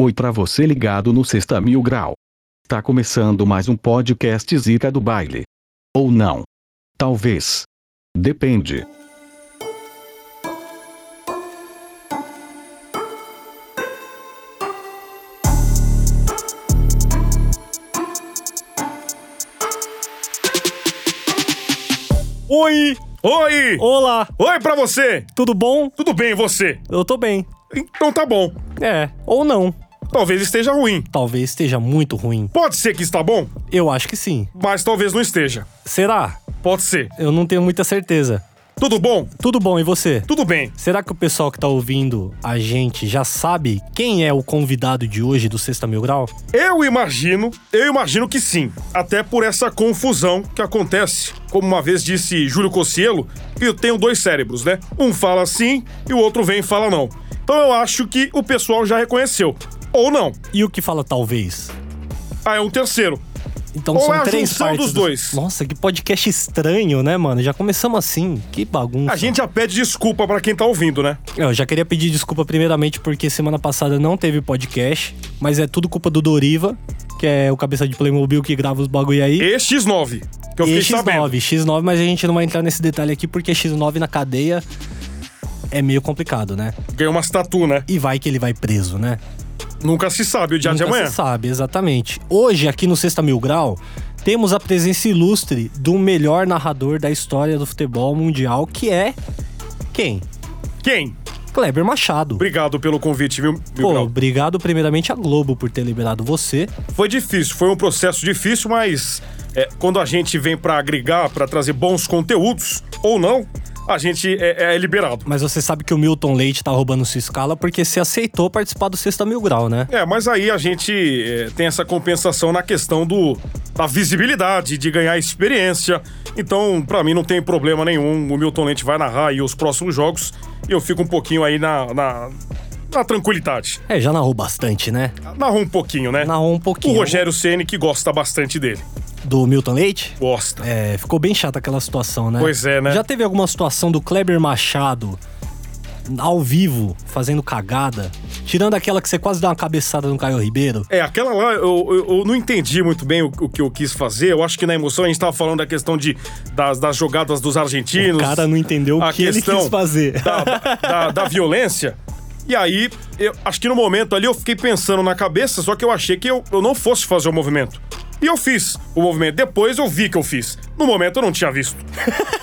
Oi para você ligado no Sexta Mil Grau. Tá começando mais um podcast Zica do Baile. Ou não. Talvez. Depende. Oi! Oi! Olá! Oi pra você! Tudo bom? Tudo bem, e você? Eu tô bem. Então tá bom. É, ou não. Talvez esteja ruim. Talvez esteja muito ruim. Pode ser que está bom, Eu acho que sim. mas talvez não esteja. Será? Pode ser. Eu não tenho muita certeza. Tudo bom? Tudo bom, e você? Tudo bem. Será que o pessoal que tá ouvindo a gente já sabe quem é o convidado de hoje do Sexta Mil Grau? Eu imagino, eu imagino que sim. Até por essa confusão que acontece. Como uma vez disse Júlio Cossielo, que eu tenho dois cérebros, né? Um fala sim e o outro vem e fala não. Então eu acho que o pessoal já reconheceu. Ou não. E o que fala talvez? Ah, é um terceiro. Então Ou são é a três junção partes dos dois. Nossa, que podcast estranho, né, mano? Já começamos assim. Que bagunça. A gente já pede desculpa pra quem tá ouvindo, né? Eu já queria pedir desculpa primeiramente porque semana passada não teve podcast, mas é tudo culpa do Doriva, que é o cabeça de Playmobil que grava os bagulho aí. E X9, que eu E fiquei sabendo. X9, X9, mas a gente não vai entrar nesse detalhe aqui porque X9 na cadeia é meio complicado, né? Ganhou uma tatu, né? E vai que ele vai preso, né? Nunca se sabe o dia de Nunca amanhã. se sabe, exatamente. Hoje, aqui no Sexta Mil Grau, temos a presença ilustre do melhor narrador da história do futebol mundial, que é quem? Quem? Kleber Machado. Obrigado pelo convite, viu, viu, Pô, Grau? obrigado primeiramente à Globo por ter liberado você. Foi difícil, foi um processo difícil, mas é, quando a gente vem pra agregar, pra trazer bons conteúdos, ou não, a gente é, é liberado. Mas você sabe que o Milton Leite tá roubando sua escala porque você aceitou participar do Sexta Mil Grau, né? É, mas aí a gente é, tem essa compensação na questão do da visibilidade, de ganhar experiência. Então, pra mim não tem problema nenhum. O Milton Lente vai narrar aí os próximos jogos e eu fico um pouquinho aí na, na, na tranquilidade. É, já narrou bastante, né? Narrou um pouquinho, né? Narrou um O pouquinho. Rogério Ceni que gosta bastante dele. Do Milton Leite? Gosta. É, ficou bem chata aquela situação, né? Pois é, né? Já teve alguma situação do Kleber Machado ao vivo, fazendo cagada? Tirando aquela que você quase dá uma cabeçada no Caio Ribeiro? É, aquela lá, eu, eu, eu não entendi muito bem o, o que eu quis fazer. Eu acho que na emoção a gente tava falando da questão de, das, das jogadas dos argentinos. O cara não entendeu o a que ele questão quis fazer. Da, da, da violência. E aí, eu acho que no momento ali eu fiquei pensando na cabeça, só que eu achei que eu, eu não fosse fazer o movimento. E eu fiz o movimento. Depois eu vi que eu fiz. No momento eu não tinha visto.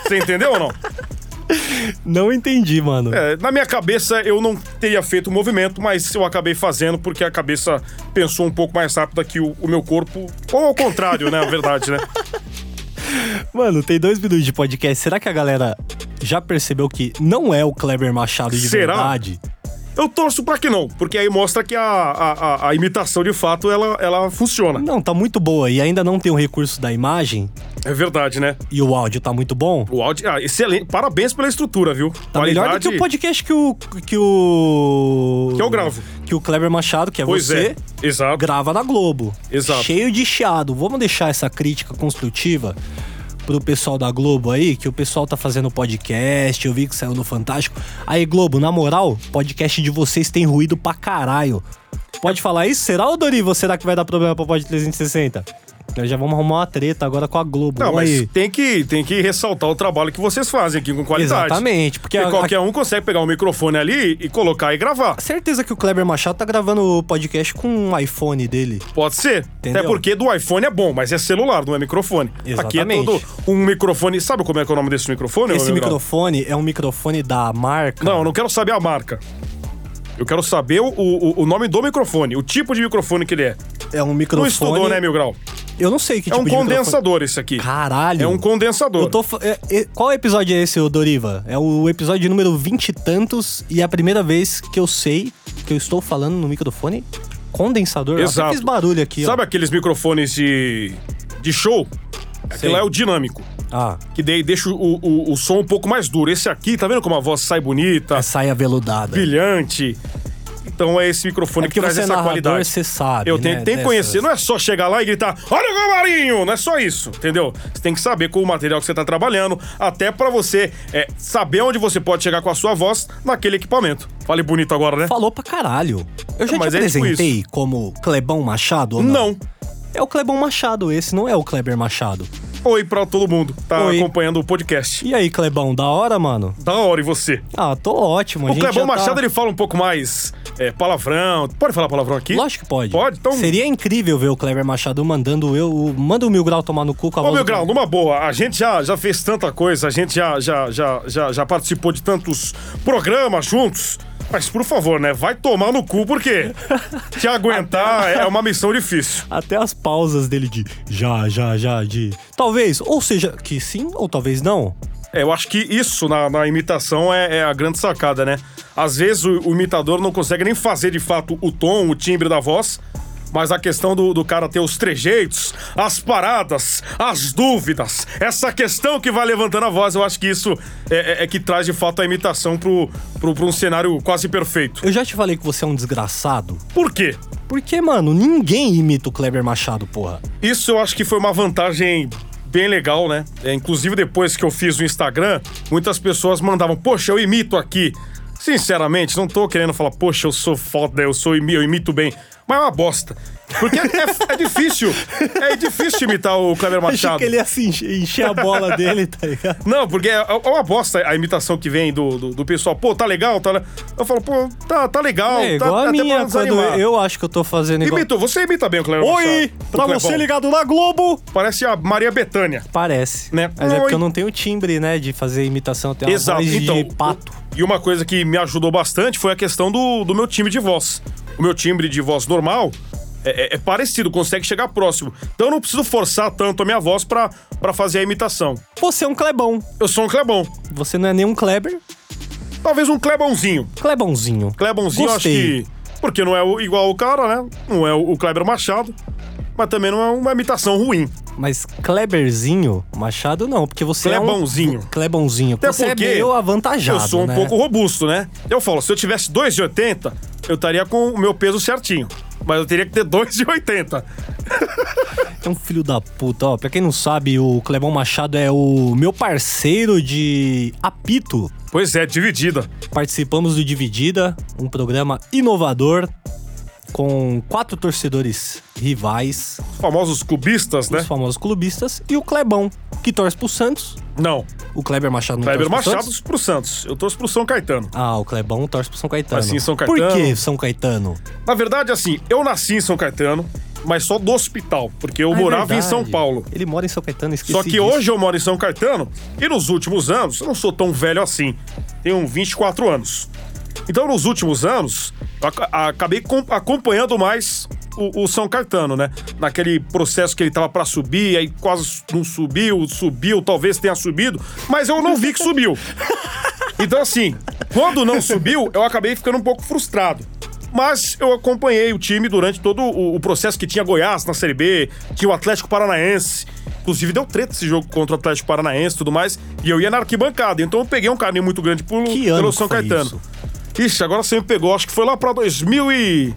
Você entendeu ou não? Não entendi, mano. É, na minha cabeça eu não teria feito o movimento, mas eu acabei fazendo porque a cabeça pensou um pouco mais rápida que o, o meu corpo. Ou ao contrário, né? Na verdade, né? Mano, tem dois minutos de podcast. Será que a galera já percebeu que não é o Kleber Machado de Será? verdade? Eu torço pra que não, porque aí mostra que a, a, a- a imitação de fato ela, ela funciona. Não, tá muito boa e ainda não tem o recurso da imagem É verdade, né? e o áudio tá muito bom. O áudio. Ah, excelente. Parabéns pela estrutura, viu? Tá melhor do que o podcast que o. que o. Que eu gravo. Que o Kleber Machado, que é Pois você, é. Exato. grava na Globo. Exato. Cheio de chiado. Vamos deixar essa crítica construtiva pro pessoal da Globo aí, que o pessoal tá fazendo podcast, eu vi que saiu no Fantástico. Aí, Globo, na moral, podcast de vocês tem ruído pra caralho. Pode falar isso? Será, ô Dorivo? Será que vai dar problema pro Pod 360? Nós já vamos arrumar uma treta agora com a Globo. Não, Olha mas aí. tem que, tem que ressaltar o trabalho que vocês fazem aqui com qualidade. Exatamente, porque Porque a- qualquer um consegue pegar o microfone ali e colocar e gravar. Certeza que o Kleber Machado tá gravando o podcast com um iPhone dele. Pode ser. Entendeu? Até porque do iPhone é bom, mas é celular, não é microfone. Aqui é Exatamente. todo um microfone. Sabe como é que é o nome desse microfone? Esse meu amigo? microfone é um microfone da marca. Não, eu não quero saber a marca. Eu quero saber o, o, o nome do microfone, o tipo de microfone que ele é. É um microfone. Não estudou, né, Mil Grau? Eu não sei que É tipo um de microfone. condensador esse aqui. Caralho. É um condensador. Eu tô fa- é- é- Qual episódio é esse, ô Doriva? É o episódio número 20 e tantos e é a primeira vez que eu sei que eu estou falando no microfone condensador. Exato. Até fiz barulho aqui, Sabe ó. aqueles microfones de, de show? Aquilo lá é o dinâmico. Ah, Que daí deixa o, o, o som um pouco mais duro. Esse aqui, tá vendo como a voz sai bonita? a saia veludada. brilhante. Então é esse microfone É que porque traz você é essa narrador, qualidade. você sabe. Eu tenho né, que tem que conhecer. dessas- Não é só chegar lá e gritar, olha o gol Marinho! Não é só isso, entendeu? Você tem que saber com o material que você tá trabalhando, até pra você é, saber onde você pode chegar com a sua voz naquele equipamento. Falei bonito agora, né? Falou pra caralho. Eu já Mas te é tipo apresentei como Clebão Machado ou não? Não. É o Clebão Machado esse, não é o Kleber Machado. Oi pra todo mundo que tá Oi. acompanhando o podcast. E aí, Clebão, da hora, mano? Da hora, e você? Ah, tô ótimo. a O gente Clebão já tá- Machado, ele fala um pouco mais é, palavrão. Pode falar palavrão aqui? Lógico que pode. Pode? Então, Seria incrível ver o Kleber Machado mandando eu. o- Manda o Mil Grau tomar no cu com a Ô, voz meu do- grau, numa boa, a gente já, já fez tanta coisa, a gente já, já, já, já, já participou de tantos programas juntos. Mas, por favor, né? Vai tomar no cu, porque te aguentar é uma missão difícil. Até as pausas dele de já, já, já, de. Talvez, ou seja, que sim, ou talvez não. É, eu acho que isso na, na imitação é, é a grande sacada, né? Às vezes o, o imitador não consegue nem fazer de fato o tom, o timbre da voz, mas a questão do, do cara ter os trejeitos, as paradas, as dúvidas, essa questão que vai levantando a voz, eu acho que isso é, é- é que traz de fato a imitação pro, pro, pro um cenário quase perfeito. Eu já te falei que você é um desgraçado. Por quê? Porque, mano, ninguém imita o Kleber Machado, porra. Isso eu acho que foi uma vantagem bem legal, né? É, inclusive depois que eu fiz o Instagram, muitas pessoas mandavam, poxa, eu imito aqui. Sinceramente, não tô querendo falar, poxa, eu sou foda, eu sou imi- eu imito bem. Mas é uma bosta. Porque é, é- é difícil. É difícil imitar o Kleber Achei Machado. que ele ia assim, enche- encher a bola dele, tá ligado? Não, porque é é uma bosta a imitação que vem do, do, do pessoal. Pô, tá legal, tá le- Eu falo, pô, tá, tá legal. É tá, igual tá a até minha, pra quando desanimar. eu acho que eu tô fazendo igual. Imito, você imita bem o Kleber Machado. Tá Oi! o Pra você Clebão. ligado na Globo! Parece a Maria Bethânia. Parece. Né? Mas é Oi. porque eu não tenho timbre, né, de fazer imitação. Eu tenho uma Exato, voz então. de pato. E uma coisa que me ajudou bastante foi a questão do, do meu timbre de voz. O meu timbre de voz normal é, é- é parecido, consegue chegar próximo. Então eu não preciso forçar tanto a minha voz pra pra fazer a imitação. Você é um Clebão. Eu sou um Clebão. Você não é nem um Kleber. Talvez um Clebãozinho. Clebãozinho. Clebãozinho, eu acho Gostei. que. Porque não é o- igual o cara, né? Não é o, o Kleber Machado. Mas também não é uma imitação ruim. Mas Kleberzinho Machado não, porque você Clebãozinho. é um... Clebãozinho. Até você porque é meio avantajado, Eu sou um né? pouco robusto, né? Eu falo, se eu tivesse 2,80, eu estaria com o meu peso certinho. Mas eu teria que ter 2,80. É um filho da puta, ó. Pra quem não sabe, o Clebão Machado é o meu parceiro de apito. Pois é, dividida. Participamos do Dividida, um programa inovador com quatro torcedores rivais, Os famosos cubistas, né? os famosos clubistas, e o Clebão, que torce pro Santos. Não. O Kleber Machado não Kleber torce pro Machado Santos. pro Santos. Eu torço pro São Caetano. Ah, o Clebão torce pro São Caetano. Assim, São Por Caetano. que São Caetano? Na verdade, assim, eu nasci em São Caetano, mas só do hospital, porque eu Ah, é morava em São verdade. Paulo. Ele mora em São Caetano, esqueci Só que disso. hoje eu moro em São Caetano e nos últimos anos, eu não sou tão velho assim, tenho 24 anos. Então, nos últimos anos, eu ac- acabei com- acompanhando mais o, o São Caetano, né? Naquele processo que ele tava pra subir, aí quase não subiu, subiu, talvez tenha subido, mas eu não vi que subiu. Então, assim, quando não subiu, eu acabei ficando um pouco frustrado. Mas eu acompanhei o time durante todo o, o processo que tinha Goiás na Série B, tinha o Atlético Paranaense. Inclusive, deu treta esse jogo contra o Atlético Paranaense e tudo mais. E eu ia na arquibancada. Então, eu peguei um carinho muito grande pelo, Que pelo ano que São foi Caetano. isso? Ixi, agora você me pegou. Acho que foi lá pra 2000 e...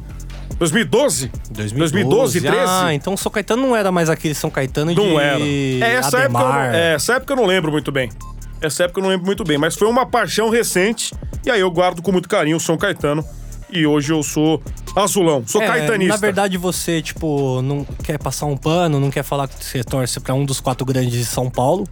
2012? 2012, 13? Ah, então São Caetano não era mais aquele São Caetano de Não era. É, essa época, eu não, Ademar. é, essa época eu não lembro muito bem. Essa época eu não lembro muito bem, mas foi uma paixão recente. E aí eu guardo com muito carinho o São Caetano. E hoje eu sou azulão, sou É, caetanista. Na verdade, você, tipo, não quer passar um pano, não quer falar que você torce pra um dos quatro grandes de São Paulo,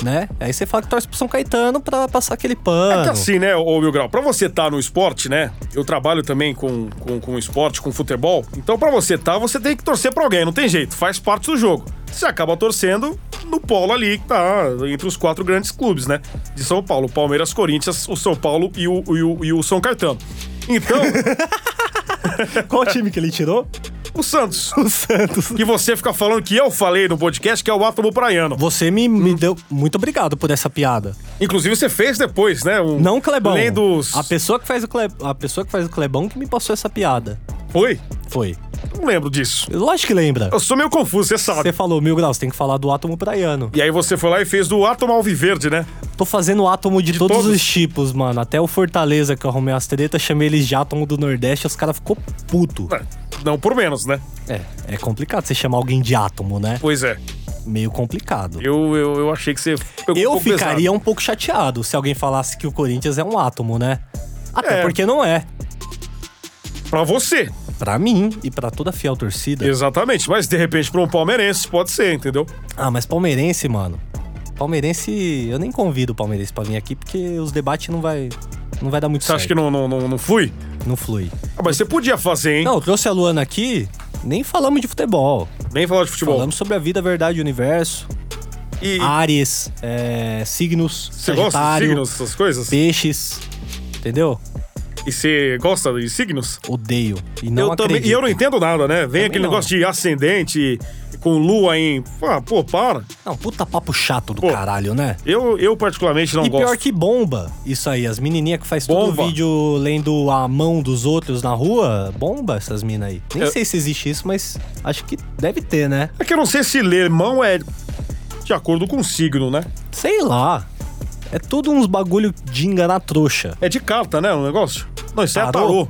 né? Aí você fala que torce pro São Caetano pra passar aquele pano. É que assim, né, ô Mil Grau, pra você estar no esporte, né? Eu trabalho também com, com, com esporte, com futebol. Então, pra você estar, você tem que torcer pra alguém, não tem jeito, faz parte do jogo. Você acaba torcendo no polo ali, que tá entre os quatro grandes clubes, né? De São Paulo: Palmeiras, Corinthians, o São Paulo e o, e o, e o São Caetano. Então, Qual time que ele tirou? o Santos. O Santos. E você fica falando que eu falei no podcast que é o átomo praiano. Você me, me Hum. deu. Muito obrigado por essa piada. Inclusive, você fez depois, né? Um... Não, Clebão. Além dos. A pessoa que faz o Clebão. A pessoa que faz o Clebão que me passou essa piada. Foi? Foi. Não lembro disso. Lógico que lembra. Eu sou meio confuso, você sabe. Você falou mil graus, tem que falar do átomo praiano. E aí você foi lá e fez do átomo alviverde, né? Tô fazendo átomo de, todos, todos? os tipos, mano. Até o Fortaleza, que eu arrumei as tretas, chamei eles de átomo do Nordeste, os caras ficou puto. Ué, Não por menos, né? É, é complicado você chamar alguém de átomo, né? Pois é. Meio complicado. Eu, eu, eu achei que você pegou um Eu pouco pesado. ficaria um pouco chateado se alguém falasse que o Corinthians é um átomo, né? Até É. porque não é. um- Pra você, Pra mim e pra toda a fiel torcida. exatamente. Mas de repente pra um palmeirense pode ser, entendeu? Ah, mas palmeirense, mano. Palmeirense, eu nem convido o palmeirense pra vir aqui porque os debates não vai não vai dar muito Você certo. acha que não, não, não, não fui? não flui. Ah, mas você podia fazer, hein? Não, eu trouxe a Luana aqui, nem falamos de futebol. Nem falar de futebol. Falamos sobre a vida, verdade, universo, E áreas, é, signos, você gosta de sagitário, signos, essas coisas? peixes, entendeu? E você gosta de signos? Odeio e não eu também. acredito. E eu não entendo nada, né? Vem aquele não. negócio de ascendente com lua em. Ah, pô, para. Não, puta papo chato do Pô. caralho, né? Eu, eu particularmente não e gosto. pior que bomba isso aí, as menininhas que faz todo Bomba. o vídeo lendo a mão dos outros na rua, bomba essas minas aí. Nem Eu- sei se existe isso, mas acho que deve ter, né? É que eu não sei se ler mão é de acordo com o signo, né? Sei lá. É tudo uns bagulho de enganar trouxa. É de carta, né? O negócio. Não, isso é tarô.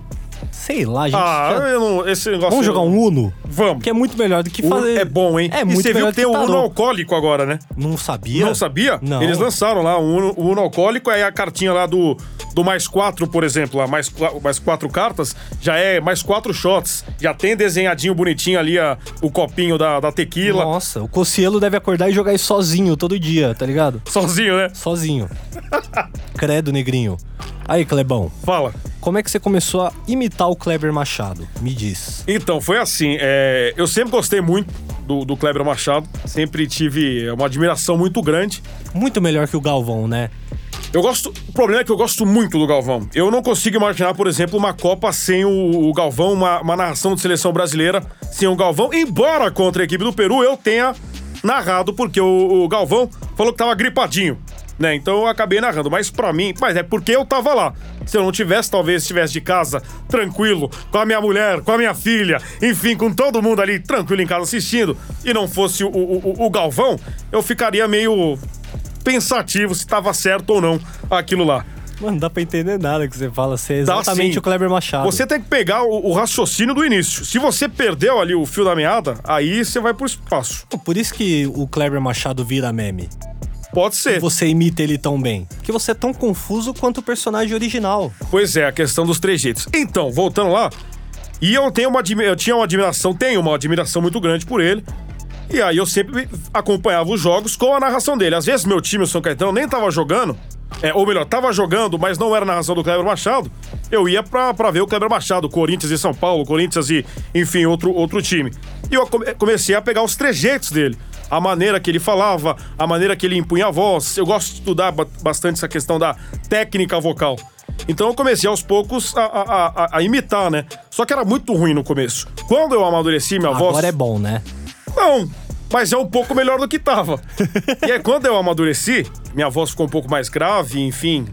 Sei lá, gente. Ah, já- eu não, esse negócio. é- Vamos jogar um Uno? Vamos. Que é muito melhor do que Uno fazer. É bom, hein? É e muito você viu melhor que tem do o que Uno tarô. alcoólico agora, né? Não sabia? Não sabia? Não. Eles lançaram lá o Uno, o Uno alcoólico, aí a cartinha lá do, do mais quatro, por exemplo, lá, mais, qua- mais quatro cartas, já é mais quatro shots. Já tem desenhadinho bonitinho ali a, o copinho da, da tequila. Nossa, o Cocielo deve acordar e jogar isso sozinho todo dia, tá ligado? Sozinho, né? Sozinho. Credo, negrinho. Aí, Clebão, Fala. como é que você começou a imitar o Kleber Machado? Me diz. Então, foi assim. é, eu sempre gostei muito do, do Kleber Machado. Sempre tive uma admiração muito grande. Muito melhor que o Galvão, né? Eu gosto. O problema é que eu gosto muito do Galvão. Eu não consigo imaginar, por exemplo, uma Copa sem o, o Galvão, uma, uma narração de seleção brasileira sem o Galvão. Embora contra a equipe do Peru eu tenha narrado, porque o, o Galvão falou que tava gripadinho. Né? Então eu acabei narrando, mas pra mim, mas é porque eu tava lá. Se eu não tivesse, talvez estivesse de casa, tranquilo, com a minha mulher, com a minha filha, enfim, com todo mundo ali tranquilo em casa assistindo, e não fosse o- o- o- o Galvão, eu ficaria meio pensativo se tava certo ou não aquilo lá. Mano, não dá pra entender nada que você fala. Você é Dá exatamente sim. o Kleber Machado. Você é tem que pegar o, o raciocínio do início. Se você perdeu ali o fio da meada, aí você vai pro espaço. Por isso que o Kleber Machado vira meme. Pode ser. Você imita ele tão bem. Porque você é tão confuso quanto o personagem original. Pois é, a questão dos trejeitos. Então, voltando lá, e eu tenho uma admi- eu tinha uma admiração, tenho uma admiração muito grande por ele. E aí eu sempre acompanhava os jogos com a narração dele. Às vezes meu time, o São Caetano, nem tava jogando, é, ou melhor, tava jogando, mas não era a narração do Kleber Machado. Eu ia pra, pra ver o Kleber Machado, Corinthians e São Paulo, Corinthians e, enfim, outro, outro time. E eu come- comecei a pegar os trejeitos dele. A maneira que ele falava, a maneira que ele impunha a voz. Eu gosto de estudar ba- bastante essa questão da técnica vocal. Então eu comecei aos poucos a, a- a- a- a imitar, né? Só que era muito ruim no começo. Quando eu amadureci minha voz. Agora é bom, né? Não, mas é um pouco melhor do que tava. e aí, quando eu amadureci, minha voz ficou um pouco mais grave, enfim.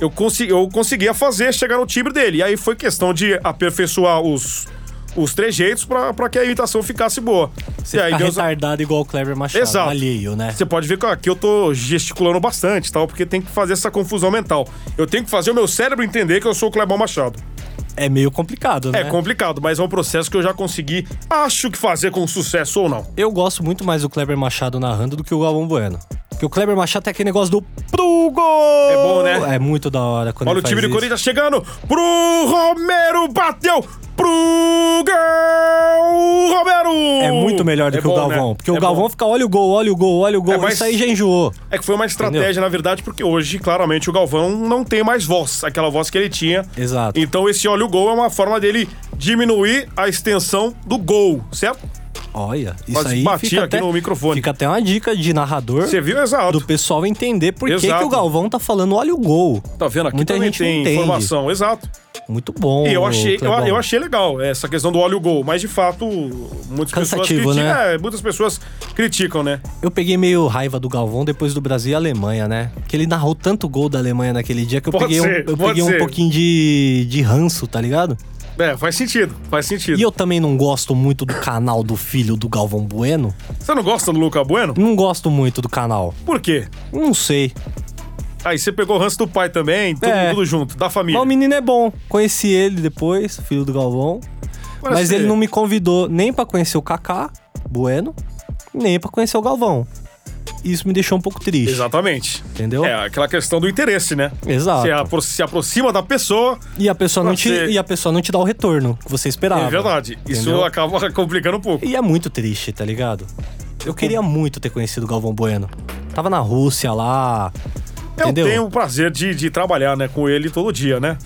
Eu, consegui, eu conseguia fazer chegar no timbre dele. E aí foi questão de aperfeiçoar os, os trejeitos pra pra que a imitação ficasse boa. Você e aí fica Deus- retardado igual o Kleber Machado. Exato. Alheio, né? Você pode ver que aqui eu tô gesticulando bastante, tal, porque tem que fazer essa confusão mental. Eu tenho que fazer o meu cérebro entender que eu sou o Clebão Machado. É meio complicado, né? É complicado, mas é um processo que eu já consegui, acho que fazer com sucesso ou não. Eu gosto muito mais do Kleber Machado narrando do que o Galvão Bueno. Porque o Kleber Machado tem aquele negócio do pro gol! É bom, né? É muito da hora quando Olha ele o time faz do isso. Corinthians chegando pro Romero, bateu pro gol, Romero! É muito melhor do É que o bom, Galvão. né? Porque o É Galvão bom. fica, olha o gol, olha o gol, olha o gol. É, mas- Isso aí já enjoou. É que foi uma estratégia, Entendeu? na verdade, porque hoje, claramente, o Galvão não tem mais voz, aquela voz que ele tinha. Exato. Então esse olha o gol é uma forma dele diminuir a extensão do gol, certo? Olha, isso Quase aí bati fica aqui até, no microfone. Fica até uma dica de narrador Você viu? Exato. do pessoal entender por que, que Exato. o Galvão tá falando olha o gol. Tá vendo? Aqui Muita também gente tem não entende. informação, exato. Muito bom. E eu achei, eu, Clebão. eu achei legal essa questão do óleo gol, mas de fato, muitas pessoas Cansativo, criticam. né? É, muitas pessoas criticam, né? Eu peguei meio raiva do Galvão depois do Brasil e Alemanha, né? Porque ele narrou tanto gol da Alemanha naquele dia que eu Pode peguei, ser, um, eu pode peguei um ser. pouquinho de, de ranço, tá ligado? É, faz sentido, faz sentido. E eu também não gosto muito do canal do filho do Galvão Bueno. Você não gosta do Luca Bueno? Não gosto muito do canal. Por quê? Não sei. Aí você pegou o ranço do pai também, tudo, É. tudo junto, da família. Mas o menino é bom. Conheci ele depois, filho do Galvão. Parece Mas ser. ele não me convidou nem pra conhecer o Kaká, Bueno, nem pra conhecer o Galvão. Isso me deixou um pouco triste. é. Exatamente. Entendeu? É aquela questão do interesse, né? Exato. Você apro- se aproxima da pessoa, E a pessoa não te Você- e a pessoa não te dá o retorno que você esperava. é verdade. Isso entendeu? acaba complicando um pouco. E é muito triste, tá ligado? Eu queria muito ter conhecido o Galvão Bueno. Tava na Rússia lá. Entendeu? Eu tenho o prazer de, de trabalhar né, com ele todo dia, né?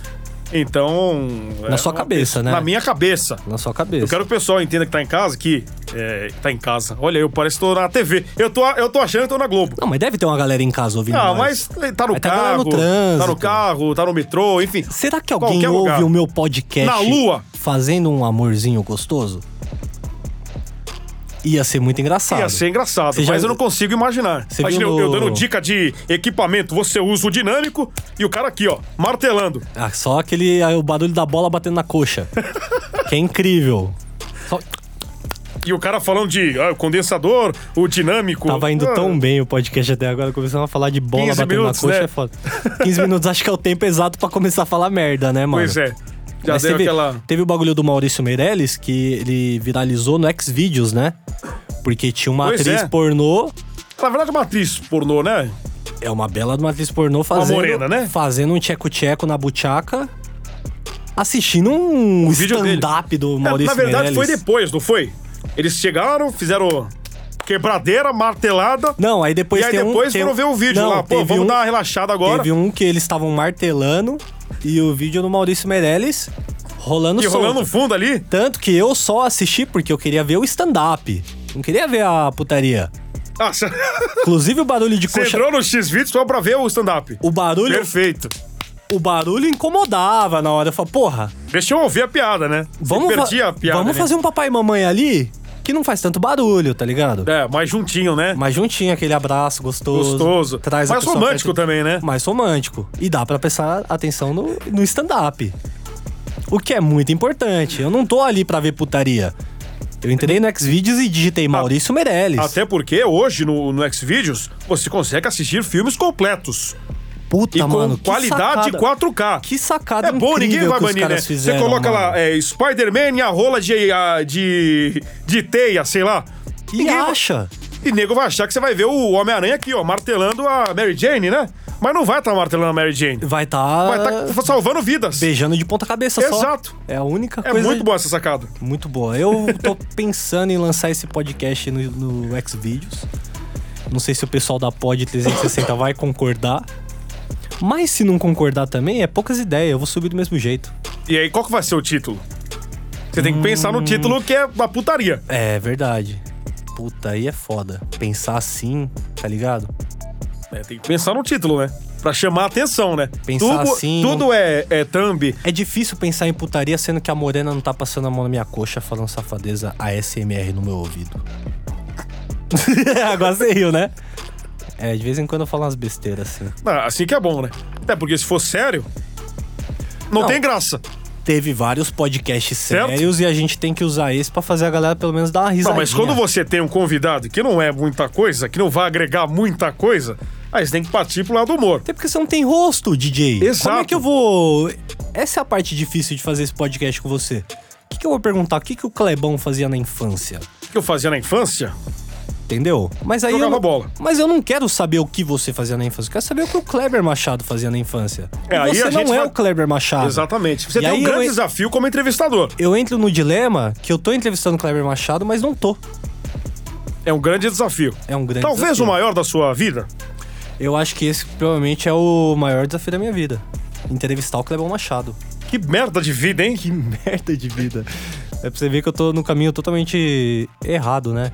Então. Na é sua uma- cabeça, né? Na minha cabeça. Na sua cabeça. Eu quero que o pessoal entenda que tá em casa, que é, tá em casa. Olha, eu parece que tô na TV. Eu tô, eu tô achando que tô na Globo. Não, mas deve ter uma galera em casa ouvindo. Ah, nós. mas tá no Aí tá a galera carro, no tá no trânsito. carro, tá no metrô, enfim. Será que alguém Qualquer ouve lugar. o meu podcast Na lua. fazendo um amorzinho gostoso? Ia ser muito engraçado. Ia ser engraçado, Você já- mas eu não consigo imaginar. Você Imagina viu eu, eu no- dando dica de equipamento, você usa o dinâmico e o cara aqui, ó, martelando. Ah, só aquele ah, o barulho da bola batendo na coxa. que é incrível. Só- E o cara falando de ah, o condensador, o dinâmico. Tava indo Ah, tão bem o podcast até agora, começamos a falar de bola 15 batendo minutos, na coxa, né? é foda. 15 minutos acho que é o tempo exato pra começar a falar merda, né, mano? Pois é. Já Mas deu teve, aquela. teve o bagulho do Maurício Meirelles que ele viralizou no Xvideos, né? Porque tinha uma Pois atriz é. pornô, Na verdade, é uma atriz pornô, né? é uma bela de uma atriz pornô fazendo, morena, né? fazendo um tcheco-tcheco na buchaca, assistindo um vídeo dele. stand-up do É, Maurício na verdade, Meirelles. foi depois, não foi? Eles chegaram, fizeram quebradeira, martelada. Não, aí depois e aí tem depois um, tem... foram ver o vídeo Não, lá. Pô, teve vamos um- dar uma relaxada agora. Teve um que eles estavam martelando e o vídeo do Maurício Meirelles rolando e rolando no um solto. fundo ali. Tanto que eu só assisti porque eu queria ver o stand-up. Não queria ver a putaria. Ah, você Inclusive o barulho de você coxa. entrou no X-Vídeos só pra ver o stand-up. O barulho, Perfeito. o barulho incomodava na hora. Eu falava, porra, Deixa eu ouvir a piada, né? vamos, eu fa- perdi a piada. vamos né? fazer um papai e mamãe ali que não faz tanto barulho, tá ligado? É, mais juntinho, né? Mas juntinho, aquele abraço gostoso. Gostoso. Traz a Mais pessoa romântico perto- também, né? Mais romântico. E dá pra prestar atenção no, no stand-up. O que é muito importante. Eu não tô ali pra ver putaria. Eu entrei no Xvideos e digitei Maurício Meirelles. Tá. Até porque hoje no, no Xvideos você consegue assistir filmes completos. Puta, E Tá, mano, com que qualidade sacada. 4K. Que sacada É bom, incrível ninguém vai que os banir, né? caras fizeram, Você coloca mano. lá é, Spider-Man e a rola de, a- de, de teia, sei lá. E Ninguém vai- acha. E nego vai achar que você vai ver o Homem-Aranha aqui, ó, martelando a Mary Jane, né? Mas não vai estar martelando a Mary Jane. Vai tá... Vai estar salvando vidas. beijando de ponta cabeça só. Exato. É a única É coisa... muito boa essa sacada. Muito boa. Eu tô pensando em lançar esse podcast no, no Xvideos. Não sei se o pessoal da Pod 360 vai concordar. Mas se não concordar também, é poucas ideias. Eu vou subir do mesmo jeito. E aí, qual que vai ser o título? Você tem que pensar Hum. no título que é da putaria. É verdade. Puta, aí é foda. Pensar assim, tá ligado? É, tem que pensar no título, né? Pra chamar a atenção, né? Pensar tudo, assim- Tudo é, é thumb. É difícil pensar em putaria sendo que a morena não tá passando a mão na minha coxa falando safadeza ASMR no meu ouvido. Agora você riu, né? É, de vez em quando eu falo umas besteiras assim. Ah, assim que é bom, né? Até porque se for sério, não, Não. tem graça. teve vários podcasts Certo. sérios e a gente tem que usar esse pra fazer a galera pelo menos dar uma Não, risadinha. mas quando você tem um convidado que não é muita coisa, que não vai agregar muita coisa, aí você tem que partir pro lado do humor. Até porque você não tem rosto, DJ. Como é Exato. que eu vou... Essa é a parte difícil de fazer esse podcast com você. O que, que eu vou perguntar? O que, que o Clebão fazia na infância? O que eu fazia na infância? Entendeu? Mas aí eu Jogava não... bola. Mas eu não quero saber o que você fazia na infância. Eu quero saber o que o Kleber Machado fazia na infância. É, E aí você a não gente é vai- o Kleber Machado. Exatamente. Você E tem aí um eu grande en- desafio como entrevistador. Eu entro no dilema que eu tô entrevistando o Kleber Machado, mas não tô. É um grande desafio. É um grande Talvez desafio. o maior da sua vida. Eu acho que esse provavelmente é o maior desafio da minha vida. Entrevistar o Clebão Machado. Que merda de vida, hein? Que merda de vida. É pra você ver que eu tô no caminho totalmente errado, né?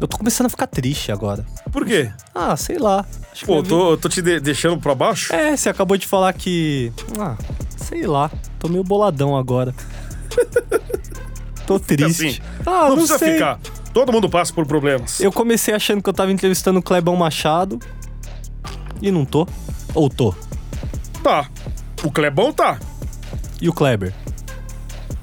Eu tô começando a ficar triste agora. Por quê? Ah, sei lá. Acho que Pô, minha eu tô, eu tô te de- deixando pra baixo? vida- É, você acabou de falar que. Ah, sei lá. Tô meio boladão agora. tô triste. assim. Ah, não não, precisa sei. ficar. Todo mundo passa por problemas. Eu comecei achando que eu tava entrevistando o Clebão Machado. E não tô. Ou tô. Tá. O Clebão tá. E o Kleber?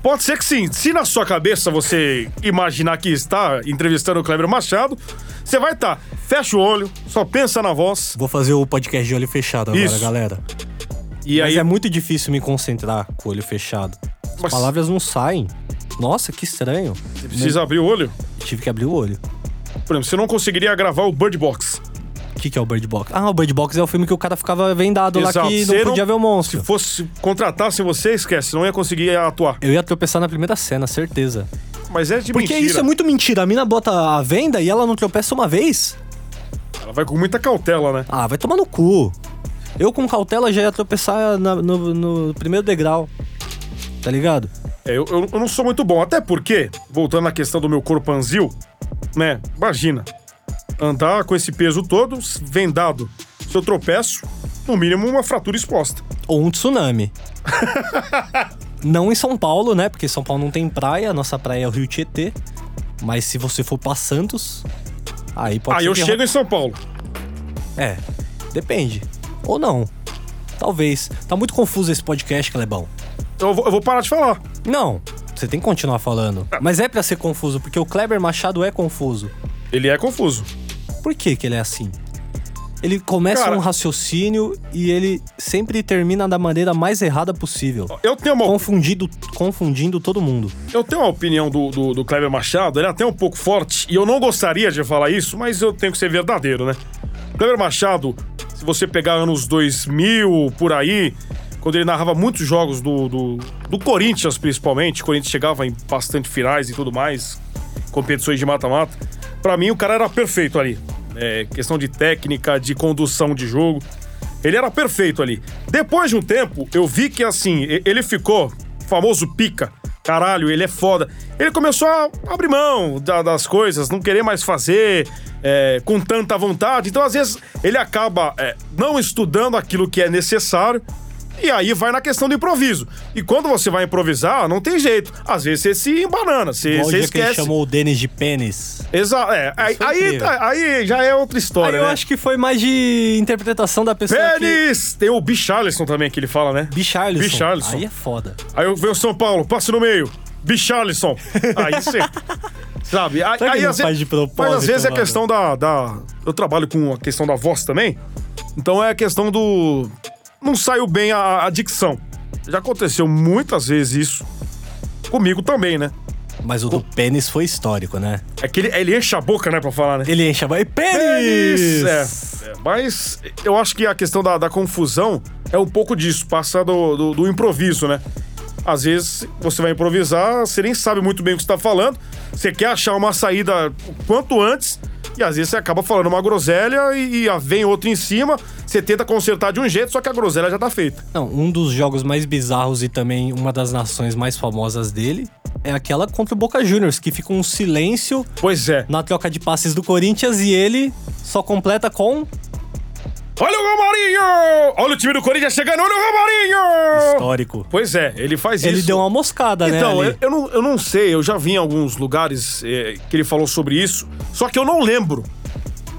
Pode ser que sim. Se na sua cabeça você imaginar que está entrevistando o Kleber Machado, você vai estar. Fecha o olho, só pensa na voz. Vou fazer o podcast de olho fechado agora, Isso. galera. E Mas aí. é muito difícil me concentrar com o olho fechado. As Mas- palavras não saem. Nossa, que estranho. Precisa abrir o olho. Tive que abrir o olho. Por exemplo, você não conseguiria gravar o Bird Box. O que, que é o Bird Box? Ah, o Bird Box é o filme que o cara ficava vendado lá que Você não podia ver o monstro. Se fosse contratassem você, esquece, não ia conseguir atuar. Eu ia tropeçar na primeira cena, certeza. Mas é de Porque mentira. isso é muito mentira. A mina bota a venda e ela não tropeça uma vez. Ela vai com muita cautela, né? Ah, vai tomar no cu. Eu com cautela já ia tropeçar na- no, no primeiro degrau. Tá ligado? É, eu, eu- eu não sou muito bom. Até porque, voltando à questão do meu corpo anzil, né? Imagina. Andar com esse peso todo, s- vendado. Se eu tropeço, no mínimo uma fratura exposta. Ou um tsunami. não em São Paulo, né? Porque São Paulo não tem praia, a nossa praia é o Rio Tietê. Mas se você for pra Santos, aí pode Aí ser eu que chego em São Paulo. É, depende. Ou não. Talvez. Tá muito confuso esse podcast, Calebão. Eu vou, eu vou parar de falar. Não, você tem que continuar falando. Tá. Mas é pra ser confuso, porque o Kleber Machado é confuso. Ele é confuso. Por que que ele é assim? Ele começa Cara- um raciocínio e ele sempre termina da maneira mais errada possível. Eu tenho uma, Confundido, confundindo todo mundo. eu tenho uma opinião do, do, do Kleber Machado, ele é até um pouco forte, e eu não gostaria de falar isso, mas eu tenho que ser verdadeiro, né? Kleber Machado, se você pegar anos 2000, por aí, quando ele narrava muitos jogos do, do, do Corinthians, principalmente, o Corinthians chegava em bastante finais e tudo mais, competições de mata-mata, pra mim o cara era perfeito ali. É, questão de técnica, de condução de jogo. Ele era perfeito ali. Depois de um tempo, eu vi que assim, e- ele ficou famoso pica. Caralho, ele é foda. Ele começou a abrir mão da- das coisas, não querer mais fazer é, com tanta vontade. Então, às vezes, ele acaba é, não estudando aquilo que é necessário. E aí vai na questão do improviso. E quando você vai improvisar, não tem jeito. Às vezes você se embanana, você, Igual o você dia é que ele esquece. chamou o Denis de pênis. Exato. É, aí, foi aí, incrível. aí já é outra Aí história, Ah, eu né? acho que foi mais de interpretação da pessoa que... Pênis! Tem o Bichalisson também que ele fala, né? Bicharlison. Bicharlison. Aí é foda. Aí eu vejo o São Paulo, passe no meio. Bichalisson. Aí você. Sabe? Aí, Será que aí, não às faz ve- de propósito, né? Mas às vezes é mano? questão da, da. Eu trabalho com a questão da voz também. Então é a questão do. Não saiu bem a, a dicção. Já aconteceu muitas vezes isso. Comigo também, né? Mas o do pênis foi histórico, né? É que ele, ele enche a boca, né, pra falar, né? Ele enche a ba- Pênis! Pênis! É, é, mas eu acho que a questão da, da confusão é um pouco disso, passar do, do- do improviso, né? Às vezes você vai improvisar, você nem sabe muito bem o que você tá falando, você quer achar uma saída o quanto antes, e às vezes você acaba falando uma groselha e, e a- vem outra em cima, você tenta consertar de um jeito, só que a groselha já tá feita. Não, um dos jogos mais bizarros e também uma das nações mais famosas dele é aquela contra o Boca Juniors, que fica um silêncio Pois é. na troca de passes do Corinthians e ele só completa com Olha o Romarinho! Olha o time do Corinthians chegando, olha o Romarinho! histórico. Pois é, ele faz Ele isso. deu uma moscada, né? Então, eu, ali. eu não, eu não sei, eu já vi em alguns lugares eh, que ele falou sobre isso, só que eu não lembro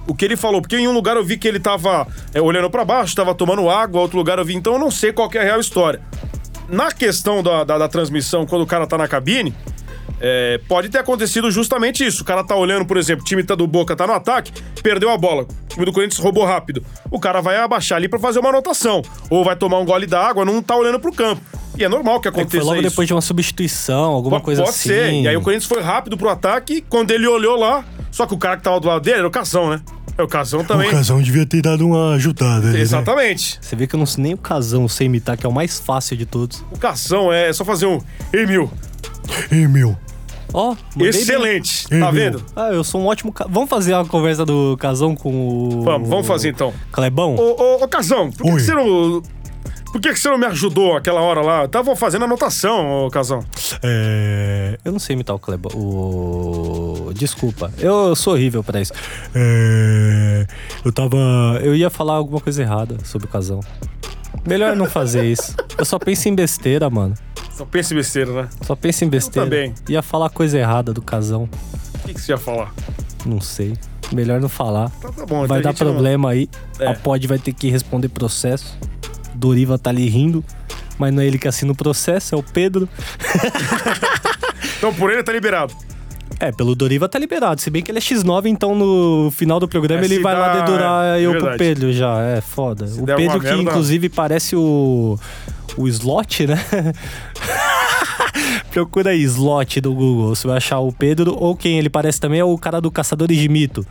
o que ele falou, porque em um lugar eu vi que ele tava eh, olhando pra baixo, tava tomando água, outro lugar eu vi, então eu não sei qual que é a real história. Na questão da, da, da transmissão, quando o cara tá na cabine, eh, pode ter acontecido justamente isso. O cara tá olhando, por exemplo, o time tá do Boca tá no ataque, perdeu a bola. O time do Corinthians roubou rápido. O cara vai abaixar ali pra fazer uma anotação. Ou vai tomar um gole da água, não tá olhando pro campo. E é normal que É que aconteça foi logo isso. depois de uma substituição, alguma Po- coisa Pode assim. ser. E aí o Corinthians foi rápido pro ataque. Quando ele olhou lá, só que o cara que tava do lado dele era o Casão, né? É o Casão também. O Casão devia ter dado uma ajudada. ali, né? Exatamente. Você vê que eu não sei nem o casão sei imitar, que é o mais fácil de todos. O Casão é só fazer um. Ei, meu. Ei, meu. Ó, mandei bem. Excelente. Ei, Tá meu. vendo? Ah, eu sou um ótimo. ca- Vamos fazer a conversa do casão com o. Vamos, vamos fazer então. Clebão? Ô, ô, ô Casão, por que, Oi. que você não. Por que, que você não me ajudou aquela hora lá? Eu tava fazendo anotação, ô Casão. É. Eu não sei imitar o Clebão. O... Desculpa. Eu sou horrível pra isso. É. Eu tava. Eu ia falar alguma coisa errada sobre o casão. Melhor não fazer isso. Eu só penso em besteira, mano. Só pensa em besteira, né? Só penso em besteira. também. Ia falar coisa errada do casão. O que, que você ia falar? Não sei. Melhor não falar. Tá, tá bom, então Vai a dar gente não- problema aí. É. A Pod vai ter que responder processo. Doriva tá ali rindo. mas não é ele que assina o processo, é o Pedro. Então por ele tá liberado. É, pelo Doriva tá liberado, se bem que ele é X9, então no final do programa É, ele se vai lá dá- dedurar é, eu pro verdade. Pedro já, é foda. o der Pedro alguma que merda- inclusive parece o o slot, né? Procura aí slot do Google, você vai achar o Pedro ou quem ele parece também é o cara do Caçadores de Mito.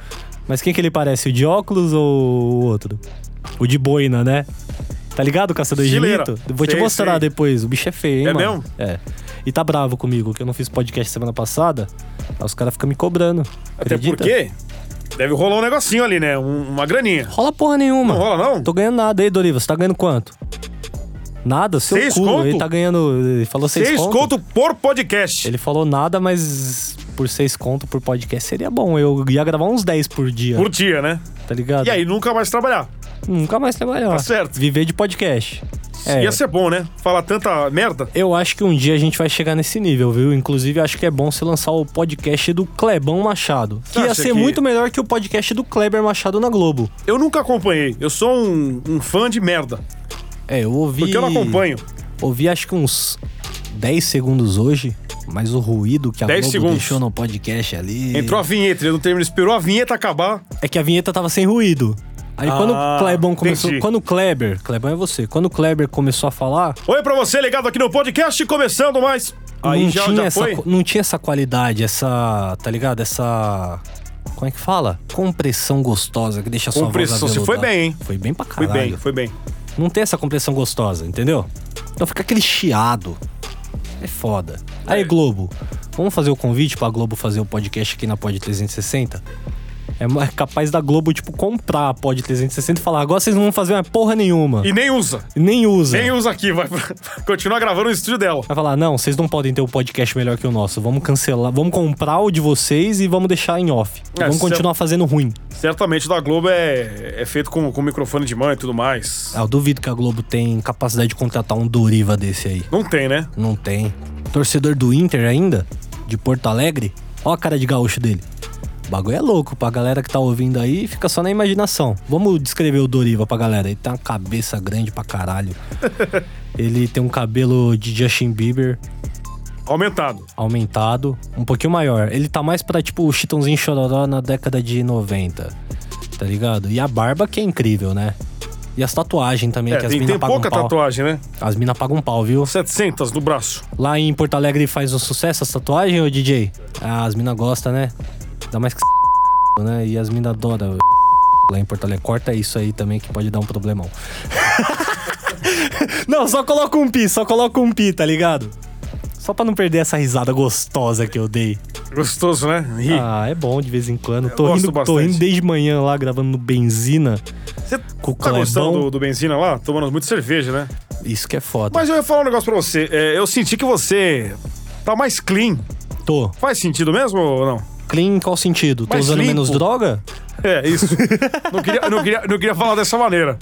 Mas quem que ele parece, o de óculos ou o outro? O de boina, né? Tá ligado, Caçador de Chileira. Mito? Vou te Sei, mostrar sei. depois. O bicho é feio, hein, É mano? mesmo? É. E tá bravo comigo, que eu não fiz podcast semana passada. Aí os caras ficam me cobrando. Até Acredita? porque deve rolar um negocinho ali, né? Um- uma graninha. Rola porra nenhuma. Não rola, não? Tô ganhando nada. aí, Doriva, você tá ganhando quanto? Nada, seu Seis cu. conto? Ele tá ganhando... Ele falou seis, Seis conto. conto por podcast. Ele falou nada, mas por seis conto por podcast seria bom. Eu ia gravar uns 10 por dia, Por dia, né? tá ligado? E aí nunca mais trabalhar. Nunca mais trabalhar. Tá certo. Viver de podcast. Ah. É. Ia ser bom, né? Falar tanta merda. Eu acho que um dia a gente vai chegar nesse nível, viu? Inclusive, acho que é bom se lançar o podcast do Clebão Machado. Que ia acha ser que- muito melhor que o podcast do Kleber Machado na Globo. Eu nunca acompanhei. Eu sou um, um fã de merda. É, eu ouvi. Porque eu não acompanho. Ouvi acho que uns 10 segundos hoje, mas o ruído que a 10 Globo segundos. deixou no podcast ali. Entrou a vinheta, ele não terminou, esperou a vinheta acabar. É que a vinheta tava sem ruído. Aí quando Ah, o Clebão começou. entendi. Quando o Kleber. Clebão é você. Quando o Kleber começou a falar, Oi pra você ligado aqui no podcast, começando mais. Aí não, já, tinha já essa, foi? qua- não tinha essa qualidade, essa. Tá ligado? Essa. Como é que fala? Compressão gostosa que deixa a sua Compressão, voz você foi aveludada. bem, hein? Foi bem pra Foi caralho. bem, foi bem. Não tem essa compressão gostosa, entendeu? Então fica aquele chiado. É foda. Aí, Globo, vamos fazer o convite pra Globo fazer o podcast aqui na Pod 360? É ma- capaz da Globo, tipo, comprar a Pod 360 e falar, agora vocês não vão fazer uma porra nenhuma. E nem usa. Nem usa. Nem usa aqui, vai continuar gravando no estúdio dela. Vai falar, não, vocês não podem ter um podcast melhor que o nosso. Vamos cancelar, vamos comprar o de vocês e vamos deixar em off. E É, vamos se- continuar fazendo ruim. Certamente o da Globo é, é feito com, com microfone de mão e tudo mais. Ah, eu duvido que a Globo tem capacidade de contratar um Doriva desse aí. Não tem, né? Não tem. Torcedor do Inter ainda, de Porto Alegre, ó a cara de gaúcho dele. O bagulho é louco, pra galera que tá ouvindo aí, fica só na imaginação. Vamos descrever o Doriva pra galera. Ele tem uma cabeça grande pra caralho. Ele tem um cabelo de Justin Bieber, Aumentado. aumentado, um pouquinho maior. Ele tá mais pra, tipo, o Chitãozinho Chororó na década de 90, tá ligado? E a barba que é incrível, né? E as tatuagens também, É, que as tem, minas tem pagam um pouca pau. tatuagem, né? As minas pagam um pau, viu? 700 no braço. Lá em Porto Alegre faz um sucesso as tatuagens, ô DJ? Ah, as minas gostam, né? Ainda mais que né? E as minas adoram lá em Porto Alegre. Corta isso aí também que pode dar um problemão. não, só coloca um pi, só coloca um pi, tá ligado? Só pra não perder essa risada gostosa que eu dei. Gostoso, né? Ri. Ah, é bom de vez em quando. Tô gosto rindo, tô bastante. rindo desde manhã lá gravando no Benzina. Você com o tá gostando Clebão. do, do benzina lá? Tomando muito cerveja, né? Isso que é foda. Mas eu ia falar um negócio pra você. É, eu senti que você tá mais clean. Tô. Faz sentido mesmo ou não? Clean em qual sentido? Tô Mas usando limpo. menos droga? É, isso. não, queria, não, queria, não queria falar dessa maneira.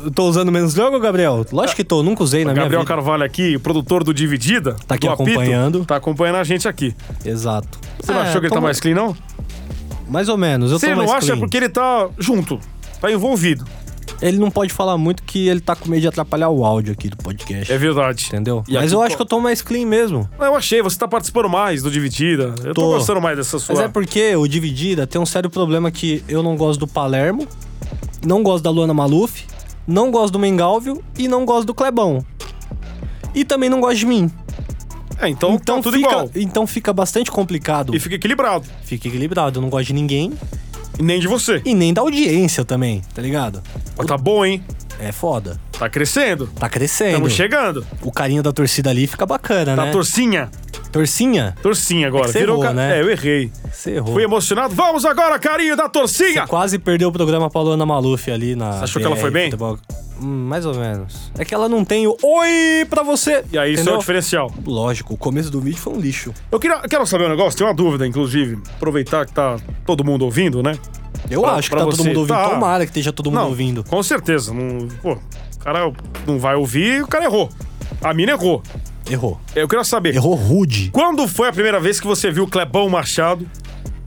Eu Tô usando menos droga, Gabriel? Lógico que tô, nunca usei na minha Gabriel é um vida. Carvalho aqui, produtor do Dividida. Tá aqui do Apito, acompanhando. É, tá acompanhando a gente aqui. Exato. Você não achou que ele tá mais clean, não? Mais ou menos, eu Você tô não mais acha clean. porque ele tá junto. Tá envolvido. Ele não pode falar muito que ele tá com medo de atrapalhar o áudio aqui do podcast. É verdade. Entendeu? E Mas aqui eu co- acho que eu tô mais clean mesmo. Não, Eu achei, você tá participando mais do Dividida. Eu tô, Tô. gostando mais dessa sua. Mas é porque o Dividida tem um sério problema que eu não gosto do Palermo, não gosto da Luana Maluf, não gosto do Mengalvio e não gosto do Clebão. E também não gosto de mim. É, então, Então, tá tudo fica, igual. então fica bastante complicado. E fica equilibrado. Fica equilibrado, eu não gosto de ninguém E nem de você. e nem da audiência também, tá ligado? Mas tá bom, hein? É foda. Tá crescendo. Tá crescendo. Estamos chegando. O carinho da torcida ali fica bacana, Tá né? torcinha. Torcinha? Torcinha agora. É que você errou, ca- né? É, eu errei. Você errou. Fui emocionado. Vamos agora, carinho da torcinha! Quase perdeu o programa pra Luana Maluf ali na. Você achou que ela foi bem? Hum, mais ou menos. É que ela não tem o oi pra você. E aí, isso é o entendeu? diferencial. Lógico, o começo do vídeo foi um lixo. Eu queria, quero saber um negócio, tem uma dúvida, inclusive. Aproveitar que tá todo mundo ouvindo, né? Eu Pra- acho que pra tá todo você. mundo ouvindo. Tá. Tomara que esteja todo mundo não, ouvindo. Com certeza. Não, pô, o cara não vai ouvir o cara errou. A mina errou. Errou. Eu quero saber. Errou rude. Quando foi a primeira vez que você viu o Clebão Machado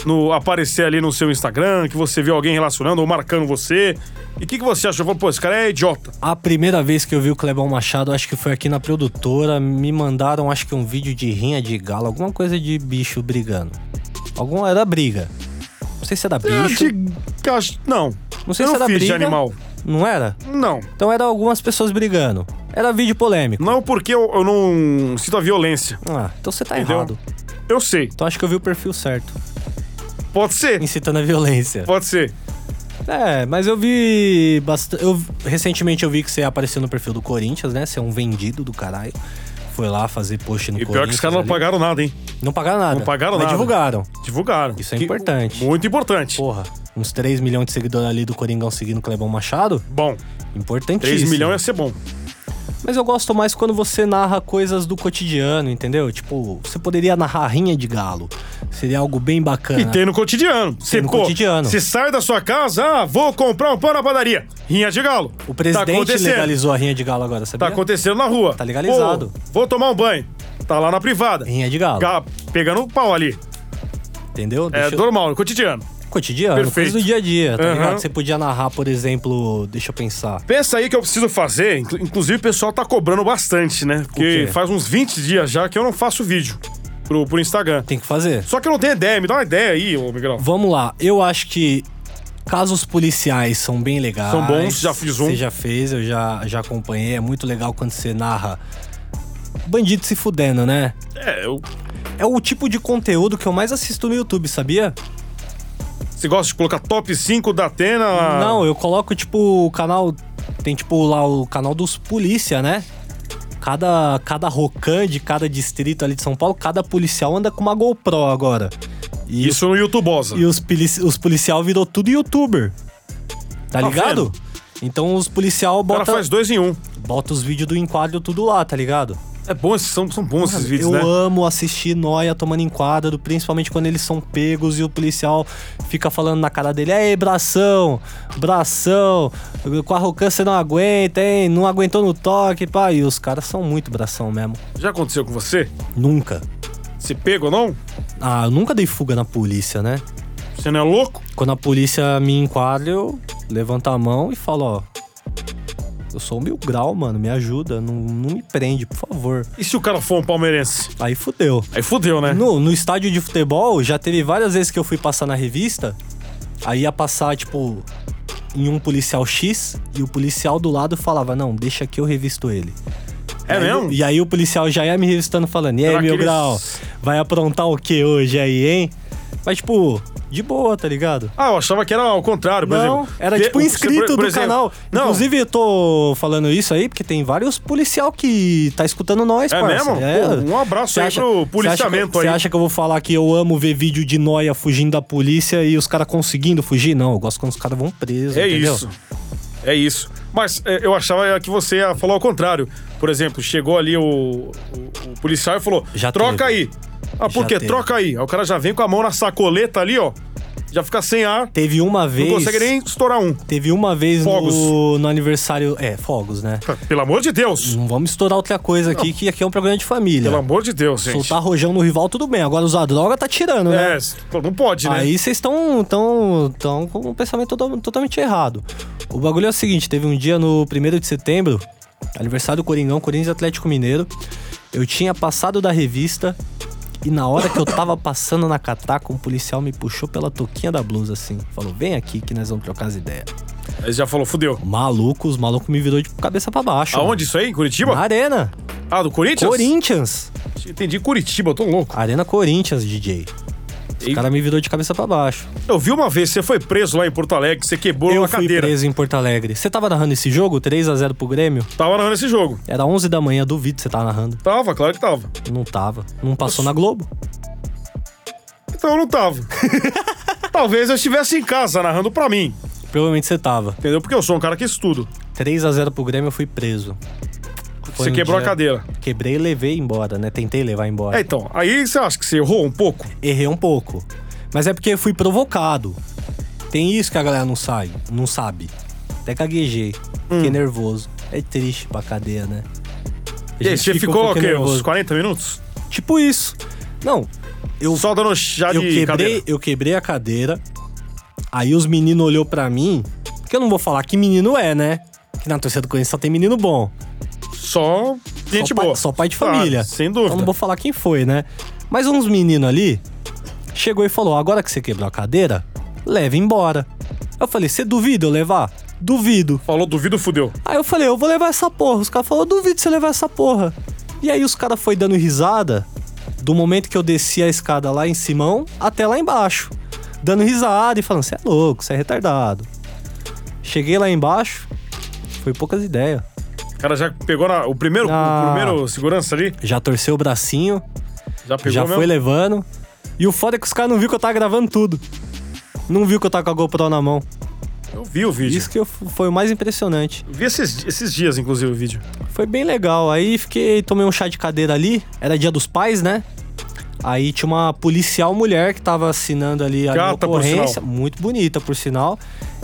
no aparecer ali no seu Instagram, que você viu alguém relacionando ou marcando você. E o que, que você achou? Falou, pô, esse cara é idiota. A primeira vez que eu vi o Clebão Machado, acho que foi aqui na produtora, me mandaram acho que um vídeo de rinha de galo, alguma coisa de bicho brigando. Alguma era briga. Não sei se era bicho. Eu acho- Não. Não sei eu se era fiz de briga. animal. Não era? Não. Então era algumas pessoas brigando. Era vídeo polêmico. Não porque eu, eu não sinto a violência. Ah, então você tá Entendeu? errado. Eu sei. Então acho que eu vi o perfil certo. Pode ser. Incitando a violência. Pode ser. É, mas eu vi bastante. Eu, recentemente eu vi que você apareceu no perfil do Corinthians, né? Você é um vendido do caralho. Foi lá fazer post no E Corinthians. pior que os caras não ali. pagaram nada, hein? Não pagaram nada. Não pagaram mas nada. divulgaram. Divulgaram. Isso é Que- importante. Muito importante. Porra, uns 3 milhões de seguidores ali do Coringão seguindo o Clebão Machado. Bom, 3 Importantíssimo. milhões é- ia ser bom. Mas eu gosto mais quando você narra coisas do cotidiano, entendeu? Tipo, você poderia narrar rinha de galo. Seria algo bem bacana. E tem no cotidiano. Você, Tá. no pô, cotidiano. Você sai da sua casa, ah, vou comprar um pão na padaria. Rinha de galo. O presidente Tá acontecendo. legalizou a rinha de galo agora, Tá sabia? acontecendo na rua. Tá legalizado. vou tomar um banho. Tá lá na privada. Rinha é de galo, Ga- Pegando o pau ali. entendeu? É Deixa eu- normal, no cotidiano. Cotidiano, Perfeito. coisa do dia a dia, tá Aham. ligado? Você podia narrar, por exemplo, deixa eu pensar. Pensa aí que eu preciso fazer. inclu- Inclusive, o pessoal tá cobrando bastante, né? Porque quê? faz uns 20 dias já que eu não faço vídeo pro, pro Instagram. Tem que fazer. Só que eu não tenho ideia. Me dá uma ideia aí, ô Miguel. Vamos lá, eu acho que casos policiais são bem legais. São bons, já fiz um. Você já fez, eu já, já acompanhei. É muito legal quando você narra bandido se fudendo, né? É, eu... É o tipo de conteúdo que eu mais assisto no YouTube, sabia? você gosta de colocar top 5 da Atena? Não, eu coloco, tipo, o canal. Tem, tipo, lá o canal dos polícia, né? Cada, cada rocan de cada distrito ali de São Paulo, cada policial anda com uma GoPro agora. E, Isso no YouTubosa. e os, polici- os policial virou tudo youtuber. Tá, Tá ligado? Então os policial O cara bota, faz dois em um. bota os vídeos do enquadro tudo lá, tá ligado? É bom, esses- são, são bons esses vídeos, eu né? amo assistir Noia tomando enquadro, principalmente quando eles são pegos e o policial fica falando na cara dele: Ei, bração, bração, com arrogância você não aguenta, hein? Não aguentou no toque, pá. E os caras são muito bração mesmo. Já aconteceu com você? Nunca. Você pega ou não? Ah, eu nunca dei fuga na polícia, né? Você não é louco? Quando a polícia me enquadra, eu levanto a mão e falo: Ó, eu sou mil grau, mano, me ajuda, não, não me prende, por favor. E se o cara for um palmeirense? Aí fudeu. Aí fudeu, né? No, no estádio de futebol, já teve várias vezes que eu fui passar na revista, aí ia passar, tipo, em um policial X, e o policial do lado falava, não, deixa que eu revisto ele. É Aí- mesmo? E aí o policial já ia me revistando falando, e aí, Era meu aqueles- grau, vai aprontar o que hoje aí, hein? Mas, tipo, de boa, tá ligado? Ah, eu achava que era ao contrário, por Não, exemplo. era Te- tipo o- inscrito por- por do exemplo- canal. Não, Inclusive, eu tô falando isso aí porque tem vários policial que tá escutando nós, É parça. mesmo? Pô, um abraço Cê aí pro policiamento cê acha que, aí. Você acha que eu vou falar que eu amo ver vídeo de noia fugindo da polícia e os caras conseguindo fugir? Não, eu gosto quando os caras vão presos, é entendeu? isso. É isso. Mas é, eu achava que você ia falar ao contrário. Por exemplo, chegou ali o, o- o policial e falou: Já troca teve. aí. Ah, por Já quê? teve. Troca aí. Aí o cara já vem com a mão na sacoleta ali, ó. Já fica sem ar, Teve uma vez... não consegue nem estourar um. Teve uma vez no, Fogos. no aniversário... É, fogos, né? Pelo amor de Deus. Não vamos estourar outra coisa aqui, que aqui é um programa de família. Pelo amor de Deus, gente. Soltar rojão no rival, tudo bem. Agora usar droga tá tirando, né? É, pô, não pode, né? Aí vocês estão tão, tão com um pensamento to- totalmente errado. O bagulho é o seguinte: teve um dia no 1 de setembro, aniversário do Coringão, Corinthians e Atlético Mineiro. Eu tinha passado da revista e na hora que eu tava passando na cataca, um policial me puxou pela touquinha da blusa assim. Falou: vem aqui que nós vamos trocar as ideias. Aí já falou, fudeu. Maluco, os malucos me virou de cabeça pra baixo. Aonde isso aí? Em Curitiba? Na Arena. Ah, do Corinthians? Corinthians. Entendi, Curitiba, eu tô louco. Arena Corinthians, DJ. E- O cara me virou de cabeça pra baixo. Eu vi uma vez, você foi preso lá em Porto Alegre, você quebrou Eu uma fui cadeira. preso em Porto Alegre. Você tava narrando esse jogo? 3 a 0 pro Grêmio? Tava narrando esse jogo. Era 11 da manhã, duvido que você tava narrando. Tava, claro que tava. Não tava. Não passou na Globo. Então eu não tava. Talvez eu estivesse em casa narrando pra mim, Provavelmente você tava. entendeu? Porque eu sou um cara que estudo. 3 a 0 pro Grêmio, eu fui preso. Foi você um quebrou dia- a cadeira. Quebrei e levei embora, né? Tentei levar embora. É, então, aí você acha que você errou um pouco? Errei um pouco. Mas é porque eu fui provocado. Tem isso que a galera não sai, não sabe. Até caguejei. Hum. Fiquei nervoso. É triste pra cadeia, né? A E aí, gente você fica um ficou o pouquinho quê? nervoso. Uns 40 minutos? Tipo isso. Não. eu, Solta no chá eu de quebrei, cadeira. eu quebrei a cadeira. Aí os meninos olhou pra mim, que eu não vou falar que menino é, né? Que na torcida do Corinthians só tem menino bom. Só gente só boa. Pai, só pai de Claro, família. sem Então não dúvida. vou falar quem foi, né? Mas uns meninos ali chegou e falou: agora que você quebrou a cadeira, leva embora. Eu falei, você duvida eu levar? Duvido. Falou, duvido, fudeu. Aí eu falei, eu vou levar essa porra. Os caras falaram, eu duvido você levar essa porra. E aí os caras foi dando risada do momento que eu desci a escada lá em Simão até lá embaixo. Dando risada e falando, você é louco, você é retardado. Cheguei lá embaixo, foi poucas ideias. O cara já pegou na- o primeiro, Ah. o primeiro segurança ali. Já torceu o bracinho, Já pegou já mesmo. foi levando. E o foda é que os caras não viu que eu tava gravando tudo. Não viu que eu tava com a GoPro na mão. Eu vi o vídeo. Isso que eu- foi o mais impressionante. Vi esses, esses dias, inclusive, o vídeo. Foi bem legal. Aí fiquei, tomei um chá de cadeira ali. Era dia dos pais, né? Aí tinha uma policial mulher que tava assinando ali a minha Gata, por ocorrência. sinal. Muito bonita, por sinal.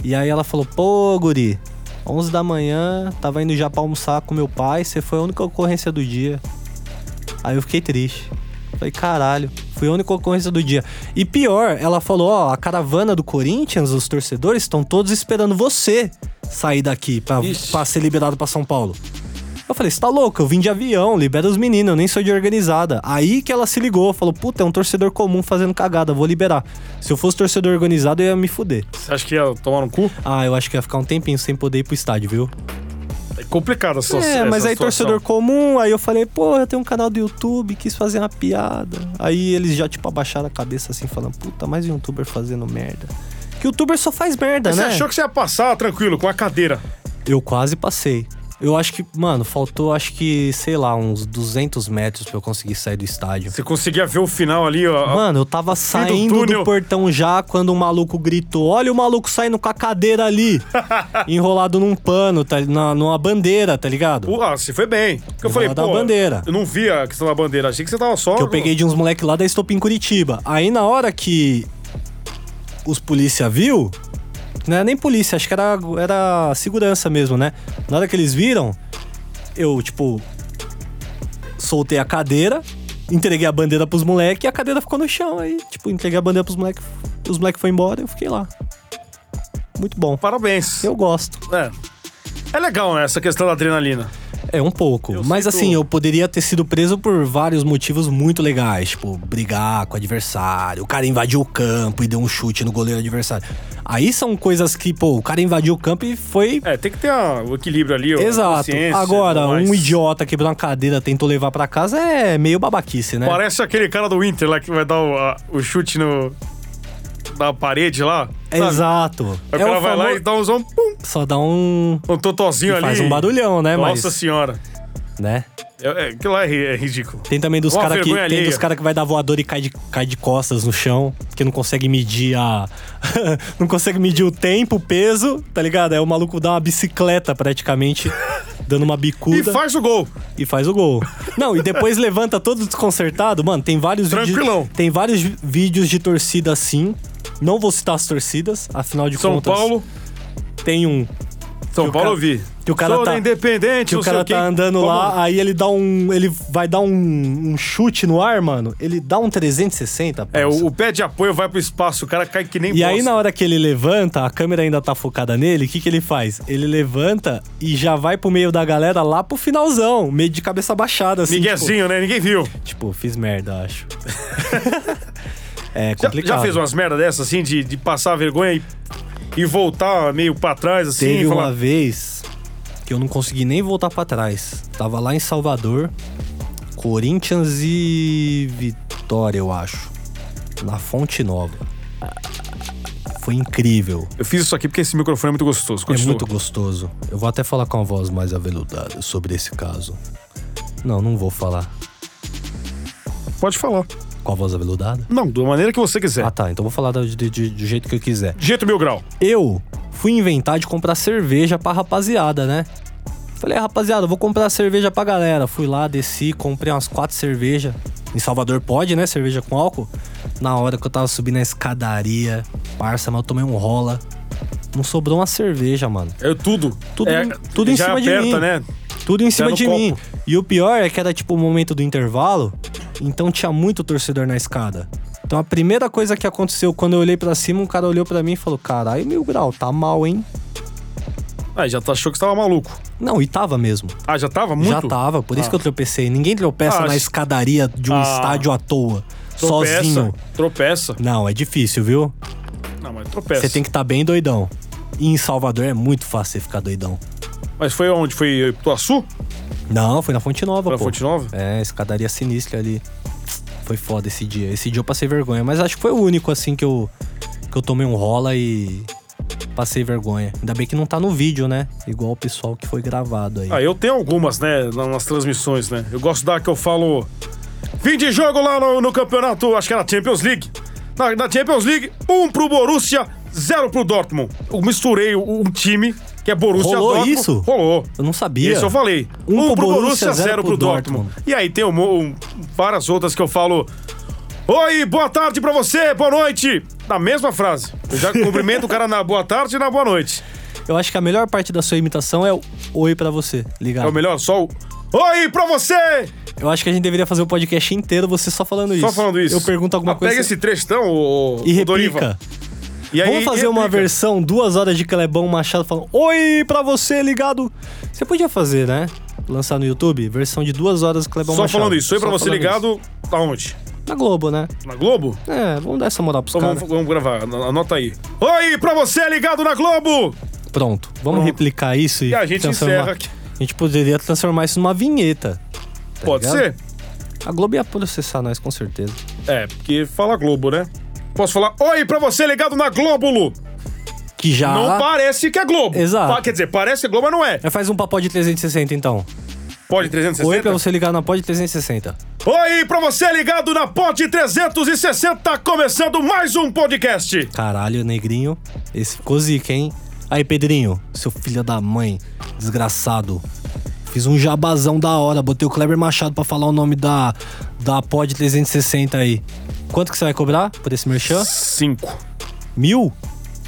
E aí ela falou: Pô, guri, 11 da manhã, tava indo já pra almoçar com meu pai. Você foi a única ocorrência do dia. Aí eu fiquei triste. Falei, caralho, foi a única ocorrência do dia. E pior, ela falou: ó, a caravana do Corinthians, os torcedores, estão todos esperando você sair daqui pra, Ixi. pra ser liberado pra São Paulo. Eu falei, você tá louco? Eu vim de avião, libera os meninos, eu nem sou de organizada. Aí que ela se ligou, falou, puta, é um torcedor comum fazendo cagada, vou liberar. Se eu fosse torcedor organizado, eu ia me fuder. Você acha que ia tomar no cu? Ah, eu acho que ia ficar um tempinho sem poder ir pro estádio, viu? É complicada a sua É, mas essa aí situação. torcedor comum, aí eu falei, pô, eu tenho um canal do YouTube, quis fazer uma piada. Aí eles já, tipo, abaixaram a cabeça assim, falando, puta, mais um youtuber fazendo merda. Que youtuber só faz merda, Você né? achou que você ia passar tranquilo, com a cadeira. Eu quase passei. Eu acho que, mano, faltou, acho que, sei lá, uns 200 metros pra eu conseguir sair do estádio. Você conseguia ver o final ali, ó. Mano, eu tava do saindo do, túnel. portão já quando um maluco gritou: Olha o maluco saindo com a cadeira ali, enrolado num pano, tá, na- numa bandeira, tá ligado? Pô, Ah, você foi bem. Porque eu Eu falei, vou dar pô, a bandeira. eu não vi a questão da bandeira. Achei que você tava só. Que eu peguei de uns moleque lá da Estopim Curitiba. Aí na hora que os polícia viu, não era nem polícia, acho que era, era segurança mesmo, né? Na hora que eles viram, eu, tipo, soltei a cadeira, entreguei a bandeira pros moleque e a cadeira ficou no chão. Aí, tipo, entreguei a bandeira pros moleque, os moleque foram embora e eu fiquei lá. Muito bom. Parabéns. Eu gosto. É. É legal, né, essa questão da adrenalina. É, um pouco. Mas sinto- assim, eu poderia ter sido preso por vários motivos muito legais. Tipo, brigar com o adversário, o cara invadiu o campo e deu um chute no goleiro adversário. Aí são coisas que, pô, o cara invadiu o campo e foi. É, tem que ter a- o equilíbrio ali. a Exato. É, consciência, Agora, tudo mais. um idiota quebrou uma cadeira, tentou levar pra casa, é meio babaquice, né? Parece aquele cara do Inter lá que vai dar o, a- o chute no. na parede lá. sabe? Exato. Aí o é cara o vai lá famo- e dá um zão, pum, Só dá um. um totozinho ali. Faz um barulhão, né? Nossa senhora. Mas, né? É, é, aquilo lá é, ri- é ridículo. Tem também dos Uma caras que, vergonha tem alheia. dos cara que vai dar voador e cai de, cai de costas no chão, que não consegue medir a. não consegue medir o tempo, o peso, tá ligado? Aí o maluco dá uma bicicleta praticamente, dando uma bicuda E e, faz o gol. faz o gol. Não, e depois levanta todo desconcertado. Mano, tem vários Tranquilão. vídeos. Tem vários vi- vídeos de torcida assim. Não vou citar as torcidas, afinal de São contas. Paulo. Tem um São que o Paulo cara- eu vi. que o cara Sou tá- da independente, que o não sei cara quê. tá andando Vamos lá, aí ele dá um. Ele vai dar um, um chute no ar, mano. Ele dá um 360, É, parça. o, o pé de apoio vai pro espaço, o cara cai que nem E aí, bosta. na hora que ele levanta, a câmera ainda tá focada nele, o que, que ele faz? Ele levanta e já vai pro meio da galera lá pro finalzão, meio de cabeça baixada, assim. Miguezinho, né? Ninguém viu. Tipo, tipo, fiz merda, acho. é Já, complicado. já fez umas merdas dessas, assim, de, de passar a vergonha e, e voltar meio pra trás, assim? Teve e uma falar, vez que eu não consegui nem voltar pra trás. Tava lá em Salvador, Corinthians e Vitória, eu acho. Na Fonte Nova. Foi incrível. Eu fiz isso aqui porque esse microfone é muito gostoso. É Continua. muito gostoso. Eu vou até falar com a voz mais aveludada sobre esse caso. Não, não vou falar Pode falar. com a voz aveludada. Não, da maneira que você quiser. Ah tá, então vou falar do, do- do- do jeito que eu quiser. De Jeito mil grau. eu fui inventar de comprar cerveja pra rapaziada, né? Falei, rapaziada, eu vou comprar cerveja pra galera. Fui lá, desci, comprei umas quatro cervejas. Em Salvador pode, né? Cerveja com álcool. Na hora que eu tava subindo a escadaria, parça, mas eu tomei um rola. Não sobrou uma cerveja, mano. É tudo. Tudo é, em- tudo em já cima de aperta, mim. né? Tudo em cima no de copo. mim. E o pior é que era tipo o momento do intervalo, então tinha muito torcedor na escada. Então a primeira coisa que aconteceu quando eu olhei pra cima, um cara olhou pra mim e falou: Caralho, mil grau, tá mal, hein? Ah, já tá- achou que você tava maluco. Não, e tava mesmo. Ah, já tava muito? Já tá. tava, por isso que eu tropecei. Ninguém tropeça Ah, na acho- escadaria de um Ah. estádio à toa, Tropeça, sozinho. Tropeça. Não, é difícil, viu? Não, mas tropeça. Você tem que estar bem doidão. E em Salvador é muito fácil você ficar doidão. Mas foi onde? Foi Ituaçu? Não, foi na Fonte Nova, Pra pô. Fonte Nova? É, escadaria sinistra ali. Foi foda esse dia. Esse dia eu passei vergonha, mas acho que foi o único assim que eu que eu tomei um rola e passei vergonha. Ainda bem que não tá no vídeo, né? Igual o pessoal que foi gravado aí. Ah, eu tenho algumas, né, na- nas transmissões, né? Eu gosto da que eu falo. Fim de jogo lá no, no campeonato, acho que era Champions League. Na, na Champions League, um pro Borussia, zero pro Dortmund. Eu misturei o- um time que é Borussia Rolou Dortmund. isso? Rolou. Eu não sabia. Isso eu falei. Um Um, pro pro Borussia, Borussia, zero pro Dortmund. E aí tem um mo- um- várias outras que eu falo. Oi, boa tarde pra você, boa noite. Na mesma frase. Eu já cumprimento o cara na boa tarde e na boa noite. Eu acho que a melhor parte da sua imitação é o oi pra você, É ligado? o melhor, só o. Oi, pra você! Eu acho que a gente deveria fazer o podcast inteiro você só falando isso. Só falando isso. Eu pergunto alguma Ah, coisa Pega esse trecho, então, o, e o Doriva. replica. E aí, Vamos fazer uma replica. versão, duas horas de Clebão Machado falando Oi pra você, ligado. Você podia fazer, né? Lançar no YouTube, versão de duas horas Clebão Só Machado. falando isso. Oi pra Só você falando ligado. Aonde? isso. Na Globo, né? Na Globo? É, vamos dar essa moral pros Então caras. vamos, vamos gravar, an- anota aí. Oi, pra você ligado na Globo! Tá Pronto, vamos Pronto. replicar isso e, E a gente transformar- encerra aqui. A gente poderia transformar isso numa vinheta. tá Pode ligado? ser? A Globo ia processar nós, com certeza. É, porque fala Globo, né? Posso falar, oi pra você ligado na Glóbulo! Que já... Não parece que é Globo. Ah. Exato. Pa- Quer dizer, parece que é Globo, mas não é. É, Faz um papel de 360, então. Pode 360? Oi pra você ligar na Pod 360. Oi, pra você ligado na Ponte 360, começando mais um podcast. Caralho, negrinho. Esse ficou zica, hein? Aí, Pedrinho, seu filho da mãe, desgraçado. Fiz um jabazão da hora, botei o Kleber Machado pra falar o nome da, da Pod 360 aí. Quanto que você vai cobrar por esse merchan? Cinco. Mil?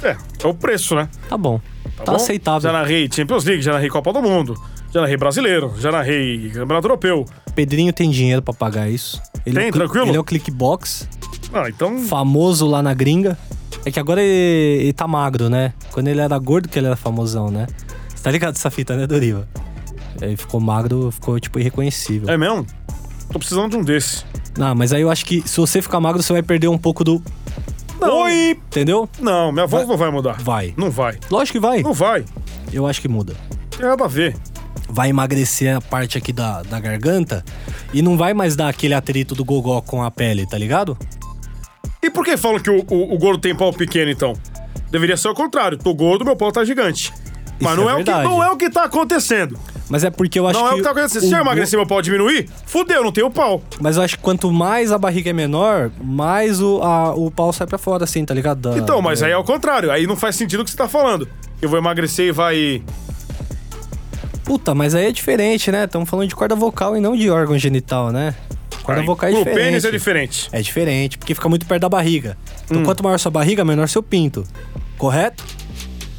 É, é o preço, né? Tá bom. Tá, bom? Já aceitável. narrei Champions League, já narrei Copa do Mundo, já narrei Brasileiro, já narrei Campeonato Europeu. Pedrinho tem dinheiro pra pagar isso. Ele é é- Tem, o cli- tranquilo? Ele é o clickbox, Ah, então. famoso lá na gringa. É que agora ele, ele tá magro, né? Quando ele era gordo que ele era famosão, né? Você tá ligado essa fita, né, Doriva? Ele ficou magro, ficou, tipo, irreconhecível. É mesmo? Tô precisando de um desse. Ah, mas aí eu acho que se você ficar magro, você vai perder um pouco do. Oi! Entendeu? Não, minha voz não vai mudar. Vai. Não vai. Lógico que vai. Não vai. Eu acho que muda. Tem nada a ver. Vai emagrecer a parte aqui da, da garganta e não vai mais dar aquele atrito do gogó com a pele, tá ligado? E por que falam que o, o- o gordo tem pau pequeno, então? Deveria ser o contrário. Tô gordo, meu pau tá gigante. Mas Isso não é é, o que, verdade. não é o que tá acontecendo. Mas é porque eu acho não que. é o que tá acontecendo. Se o eu go- emagrecer, meu pau diminuir, fudeu, não tenho pau. Mas eu acho que quanto mais a barriga é menor, mais o, a- o pau sai pra fora, assim, tá ligado? Da- Então, mas da- aí é o contrário. Aí não faz sentido o que você tá falando. Eu vou emagrecer e vai. Puta, mas aí é diferente, né? Estamos falando de corda vocal e não de órgão genital, né? Corda Aí, vocal é pro diferente. pênis é Hum. diferente. É diferente, porque fica muito perto da barriga. Então, quanto maior sua barriga, menor seu pinto. Correto?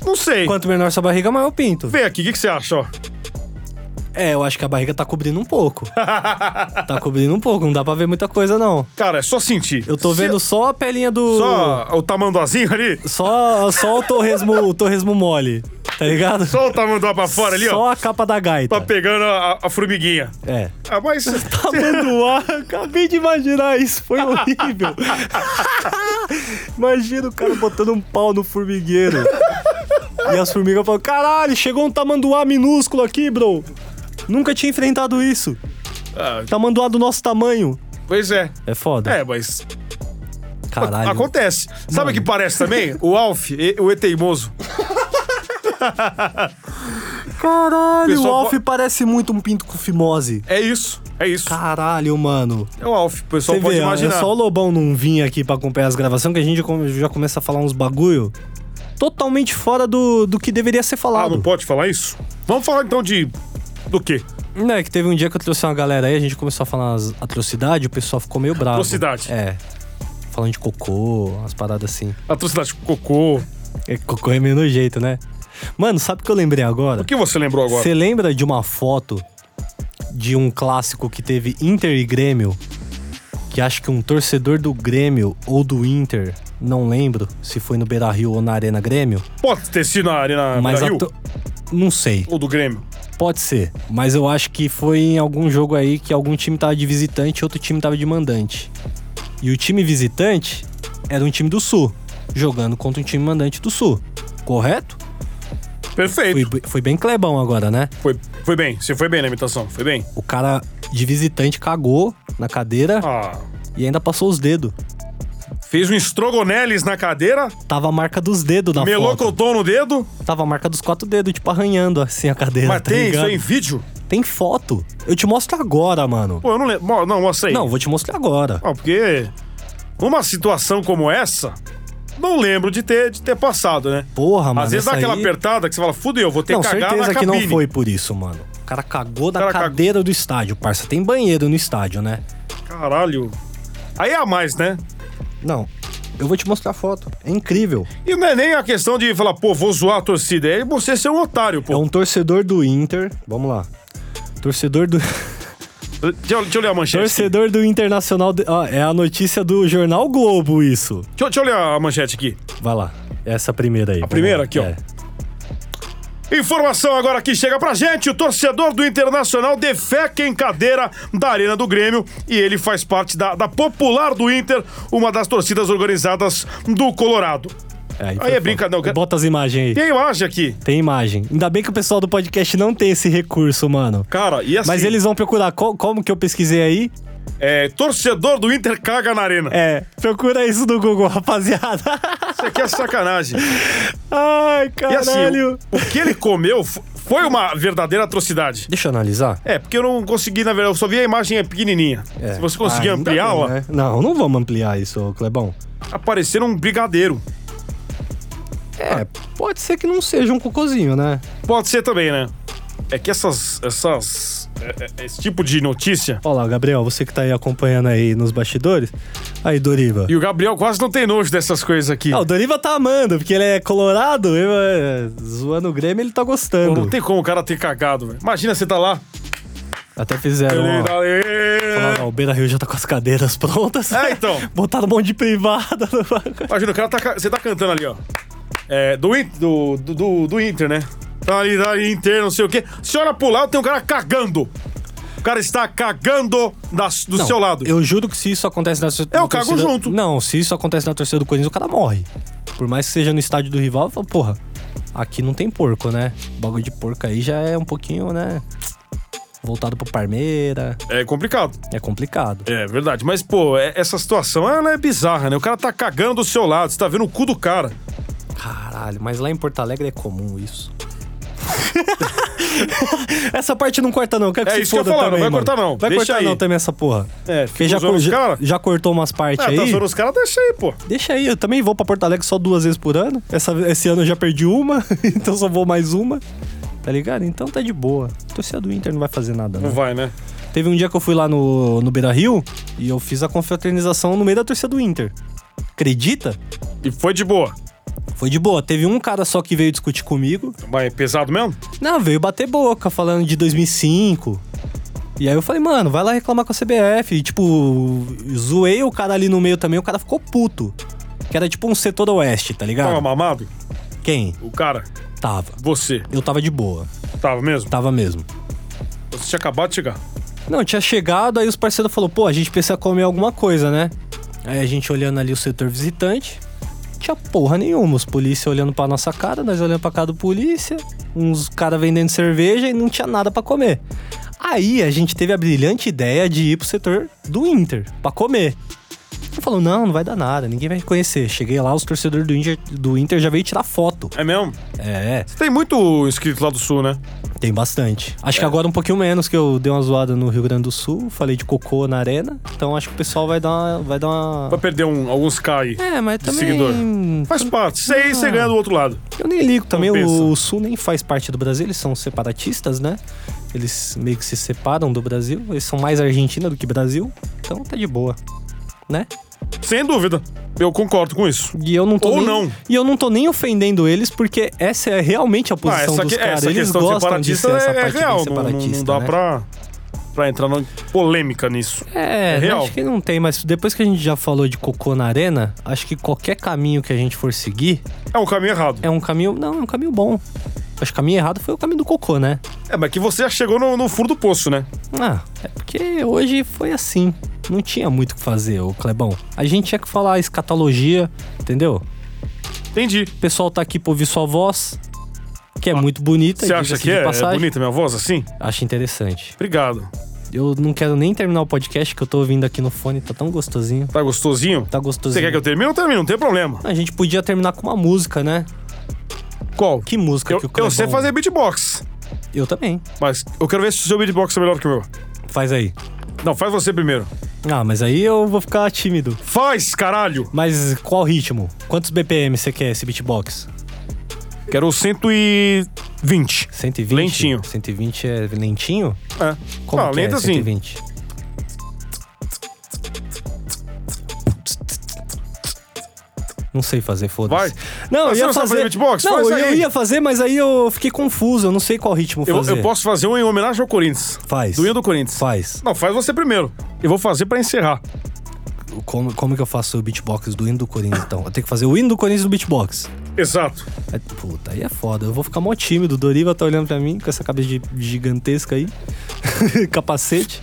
Não sei. Quanto menor sua barriga, maior o pinto. Vem aqui, o que, que você acha, ó? É, eu acho que a barriga tá cobrindo um pouco. tá cobrindo um pouco, não dá pra ver muita coisa, não. Cara, é só sentir. Eu tô Se- é vendo só a pelinha do. Só o tamanduazinho ali. Só, só o torresmo, o torresmo mole, tá ligado? Só o tamanduá pra fora ali, ó. Só a capa da gaita. Tá pegando a, a formiguinha. É. Ah, mas. Tamanduá, acabei de imaginar isso, foi horrível. Imagina o cara botando um pau no formigueiro. E as formigas falam: caralho, chegou um tamanduá minúsculo aqui, bro. Nunca tinha enfrentado isso. Ah, Tamanduá do nosso tamanho. pois é. É foda. É, mas Caralho. acontece. Sabe o que parece também? O Alf, e- o E teimoso. Caralho, Pessoal, o Alf po- parece muito um pinto com fimose. É isso. É isso. Caralho, mano. É o Alf. O pessoal Você pode vê, ó, imaginar. é só o Lobão não vir aqui pra acompanhar as gravações que a gente come- já começa a falar uns bagulho totalmente fora do, do que deveria ser Ah, não falado. pode falar isso? Vamos falar então de. Do quê? Não, é que teve um dia que eu trouxe uma galera aí, a gente começou a falar umas atrocidades, o pessoal ficou meio bravo. Atrocidade. É. Falando de cocô, umas paradas assim. Atrocidade com cocô. É, cocô é meio nojento, né? Mano, sabe o que eu lembrei agora? O que você lembrou agora? Você lembra de uma foto de um clássico que teve Inter e Grêmio? Que que acho que um torcedor do Grêmio ou do Inter, não lembro se foi no Beira Rio ou na Arena Grêmio, Pode ter sido na Arena mas. a Brasil to- Não sei. ou do Grêmio. Pode ser, mas eu acho que foi em algum jogo aí que algum time tava de visitante e outro time tava de mandante. E o time visitante era um time do Sul, jogando contra um time mandante do Sul, correto? Foi, Perfeito. be- foi bem Clebão agora, né? Foi, foi bem. Você foi bem na imitação. Foi bem. O cara de visitante cagou na cadeira Ah, e ainda passou os dedos. fez um estrogonelis na cadeira, Tava a marca dos dedos na foto. melocotão no dedo. Tava a marca dos quatro dedos, tipo, arranhando assim a cadeira, Mas tá tem isso ligado? aí em vídeo? Tem foto. Eu te mostro agora, mano. Pô, eu não lembro. Mo- Não, mostra aí. Não, vou te mostrar agora. Ah, porque numa situação como essa, não lembro de ter, de ter passado, né? Porra, mano. Às vezes dá essa aquela aí... apertada que você fala, fudeu, vou ter não, que cagar certeza na que cabine. não foi por isso, mano. O cara cagou da cara cagou. cadeira do estádio, parça. Tem banheiro no estádio, né? Caralho. Aí é a mais, né? Não. Eu vou te mostrar a foto. É incrível. E não é nem a questão de falar, pô, vou zoar a torcida. É você ser um otário, É pô. um torcedor do Inter. Vamos lá. Torcedor do. Deixa, eu- deixa eu ler a manchete. torcedor do Internacional. de- Ó, é a notícia do Jornal Globo, isso. Deixa, eu- deixa eu ler a manchete aqui. Vai lá. Essa primeira aí. A primeira aqui, ó. Informação agora que chega pra gente: o torcedor do Internacional defeca em cadeira da Arena do Grêmio e ele faz parte da, da Popular do Inter, uma das torcidas organizadas do Colorado. Aí é brincadeira, não, cara. Bota as imagens aí. Tem imagem aqui. Tem imagem. Ainda bem que o pessoal do podcast não tem esse recurso, mano. Cara, e assim. Mas eles vão procurar. Co- como que eu pesquisei aí? É, torcedor do Inter caga na Arena. É, procura isso no Google, rapaziada. Isso aqui é sacanagem. Ai, E assim, caralho. o, o que ele comeu fo- foi uma verdadeira atrocidade. Deixa eu analisar. É, porque eu não consegui, na verdade, eu só vi a imagem pequenininha. É. Se você conseguir Ah, ainda ampliá-la, bem, né? Não, não vamos ampliar isso, Clebão. apareceram um brigadeiro. É, pode ser que não seja um cocôzinho, né? Pode ser também, né? É que essas. essas. é- é- Esse tipo de notícia. Olha lá, Gabriel, você que tá aí acompanhando aí nos bastidores. Aí, Doriva. E o Gabriel quase não tem nojo dessas coisas aqui. Ah, o Doriva tá amando, porque ele é colorado, eu, é, zoando o Grêmio, ele tá Pô, gostando. não tem como o cara ter cagado, velho. Imagina você tá lá. tá Até fizeram, ó, É, ó, ó, o Beira Rio já tá com as cadeiras prontas. então. Botaram um monte de privada no banco. Imagina, o cara tá. ca- Você tá cantando ali, ó. É, do, In- do, do, do, do Inter, né? Tá ali, tá ali, Inter, não sei o quê. Se olha pro lado, tem um cara cagando. O cara está cagando das- do Não, seu lado. Eu juro que se isso acontece na, É, eu Eu cago junto. Não, se isso acontece na torcida do Corinthians, o cara morre. Por mais que seja no estádio do rival, eu falo, porra, aqui não tem porco, né? O bagulho de porco aí já é um pouquinho, né? Voltado pro Parmeira. É complicado. É complicado. É verdade, mas pô, é- essa situação ela é bizarra, né? O cara tá cagando do seu lado, você tá vendo o cu do cara. Caralho, mas lá em Porto Alegre é comum isso. essa parte não corta, não. Eu Quero que É se isso que eu ia foda falar, também, não vai mano. cortar, não. Vai Deixa cortar, aí. não, também essa porra. É, Porque já, zoando cor- os já, cara? já cortou umas partes Ah, aí. tá zoando os caras, deixa aí, pô. Deixa aí, eu também vou pra Porto Alegre só duas vezes por ano. Essa, esse ano eu já perdi uma, então só vou mais uma. Tá ligado? Então tá de boa. A Torcida do Inter não vai fazer nada, Não não. vai, né? Teve um dia que eu fui lá no, no Beira Rio e eu fiz a confraternização no meio da torcida do Inter. Acredita? E foi de boa. Foi de boa. Teve um cara só que veio discutir comigo. Mas é pesado mesmo? Não, veio bater boca falando de 2005. E aí eu falei, mano, vai lá reclamar com a CBF. E, tipo, zoei o cara ali no meio também, o cara ficou puto. Que era tipo um setor oeste, tá ligado? Tava mamado? Quem? O cara, Tava. você, Eu tava de boa. tava mesmo? Tava mesmo. Você tinha acabado de chegar. Não, tinha chegado, aí os parceiros falaram, pô, a gente precisa comer alguma coisa, né? Aí a gente olhando ali o setor visitante, tinha porra nenhuma. Os polícia olhando pra nossa cara, nós olhando pra cara do polícia, uns caras vendendo cerveja e não tinha nada pra comer. Aí a gente teve a brilhante ideia de ir pro setor do Inter pra comer. Ele falou, não, não vai dar nada, ninguém vai reconhecer. Cheguei lá, os torcedores do Inter, do Inter já veio tirar foto. É mesmo? É, Você tem muito inscrito lá do sul, né? Tem bastante. Acho É. que agora um pouquinho menos, que eu dei uma zoada no Rio Grande do Sul, falei de cocô na arena, então acho que o pessoal vai dar uma. Vai dar uma... Vai perder um- alguns K aí. É, mas também. seguidor. Faz parte. Isso aí Ah. você ganha do outro lado. Eu nem ligo também, Compensa. o, o Sul nem faz parte do Brasil, eles são separatistas, né? Eles meio que se separam do Brasil, eles são mais Argentina do que Brasil, então tá de boa. Né? Sem dúvida. Eu concordo com isso. E eu não tô Ou nem, não. E eu não tô nem ofendendo eles, porque essa é realmente a Ah, posição essa, dos que- caras. essa Eles questão gostam de separatista ser essa é, é parte bem real. Não, não- não separatista, dá né? pra. pra entrar na polêmica nisso. É, É né, real. acho que não tem, mas depois que a gente já falou de cocô na arena, acho que qualquer caminho que a gente for seguir É um caminho errado. é um caminho. Não, é um caminho bom. Acho que o caminho errado foi o caminho do cocô, né? É, mas que você já chegou no, no fundo do poço, né? Ah, é porque hoje foi assim. Não tinha muito o que fazer, ô Clebão. A gente tinha que falar escatologia, entendeu? Entendi. O pessoal tá aqui pra ouvir sua voz, que é muito bonita. Ah, Você acha diga-se que de é, é passagem. bonita minha voz assim? Acho interessante. Obrigado. Eu não quero nem terminar o podcast que eu tô ouvindo aqui no fone, tá tão gostosinho. Tá gostosinho? Tá gostosinho. Você quer que eu termine? Eu termino, não tem problema. A gente podia terminar com uma música, né? Qual? Que música Eu, que o eu sei Clebão- fazer beatbox, Eu também. mas eu quero ver se o seu beatbox é melhor que o meu. Faz aí. Não, faz você primeiro. Ah, mas aí eu vou ficar tímido. Faz, caralho! Mas qual ritmo? Quantos BPM você quer esse beatbox? Quero 120. 120? Lentinho. 120 é lentinho? É. Como ah, que lenta é assim. 120? Não sei fazer, foda-se. Vai. Não, Ah, eu você ia fazer... não sabe fazer beatbox? Não, Faz eu aí. ia fazer, mas aí eu fiquei confuso. Eu não sei qual ritmo Eu, fazer. eu posso fazer um em homenagem ao Corinthians. Faz. Do hino do Corinthians. Faz. Não, faz você primeiro. Eu vou fazer pra encerrar. Como, como que eu faço o beatbox do hino do Corinthians, então? Eu tenho que fazer o hino do Corinthians do beatbox. Exato. Aí, Puta, aí é foda. Eu vou ficar mó tímido. O Doriva tá olhando pra mim com essa cabeça de- gigantesca aí. Capacete.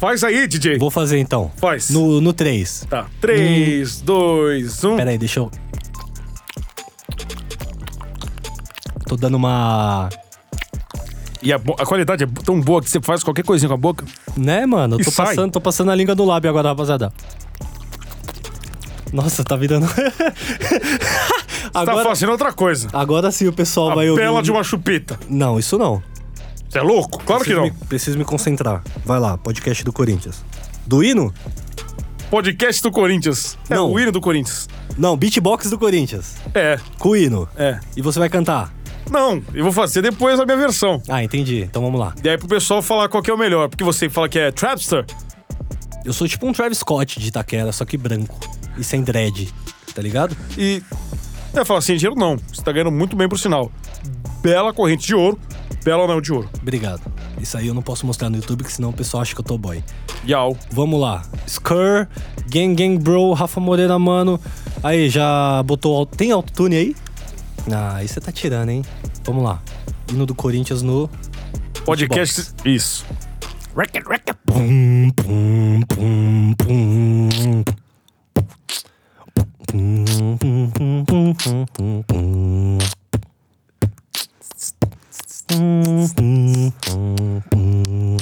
Faz aí, DJ. Vou fazer, então. Faz. No, no 3. Tá. um. 3, 2, 1. Pera aí, deixa eu... Tô dando uma... E a, bo- a qualidade é tão boa que você faz qualquer coisinha com a boca. Né, mano? Eu E tô sai. passando, tô passando a língua do lábio agora, rapaziada. Nossa, tá virando... Você tá agora, fazendo outra coisa. agora sim o pessoal A vai ouvir... um- tela de uma chupeta. Não, isso não. Você é louco? Claro que Preciso não. me- preciso me concentrar. Vai lá, podcast do Corinthians. Do hino? Podcast do Corinthians. Não. É o hino do Corinthians. Não, beatbox do Corinthians. É, Com o hino. é. E você vai cantar. Não, eu vou fazer depois a minha versão. Ah, entendi. Então vamos lá. E aí pro pessoal falar qual que é o melhor. Porque você fala que é Trapster. Eu sou tipo um Travis Scott de Itaquera, só que branco. E sem dread. Tá ligado? E. Eu falo assim, dinheiro não. Você tá ganhando muito bem pro sinal. Bela corrente de ouro, belo anel de ouro. Obrigado. Isso aí eu não posso mostrar no YouTube, que senão o pessoal acha que eu tô boy. Yau. Vamos lá. Skur, Gang Gang Bro, Rafa Moreira, mano. Aí, já botou. au- Tem autotune aí? Ah, aí você tá tirando, hein? Vamos lá. Hino do Corinthians no. Podcast. Isso. Pum, pum, pum, pum. Pum, pum, pum, pum, pum, pum, pum. Pum, pum, pum, pum.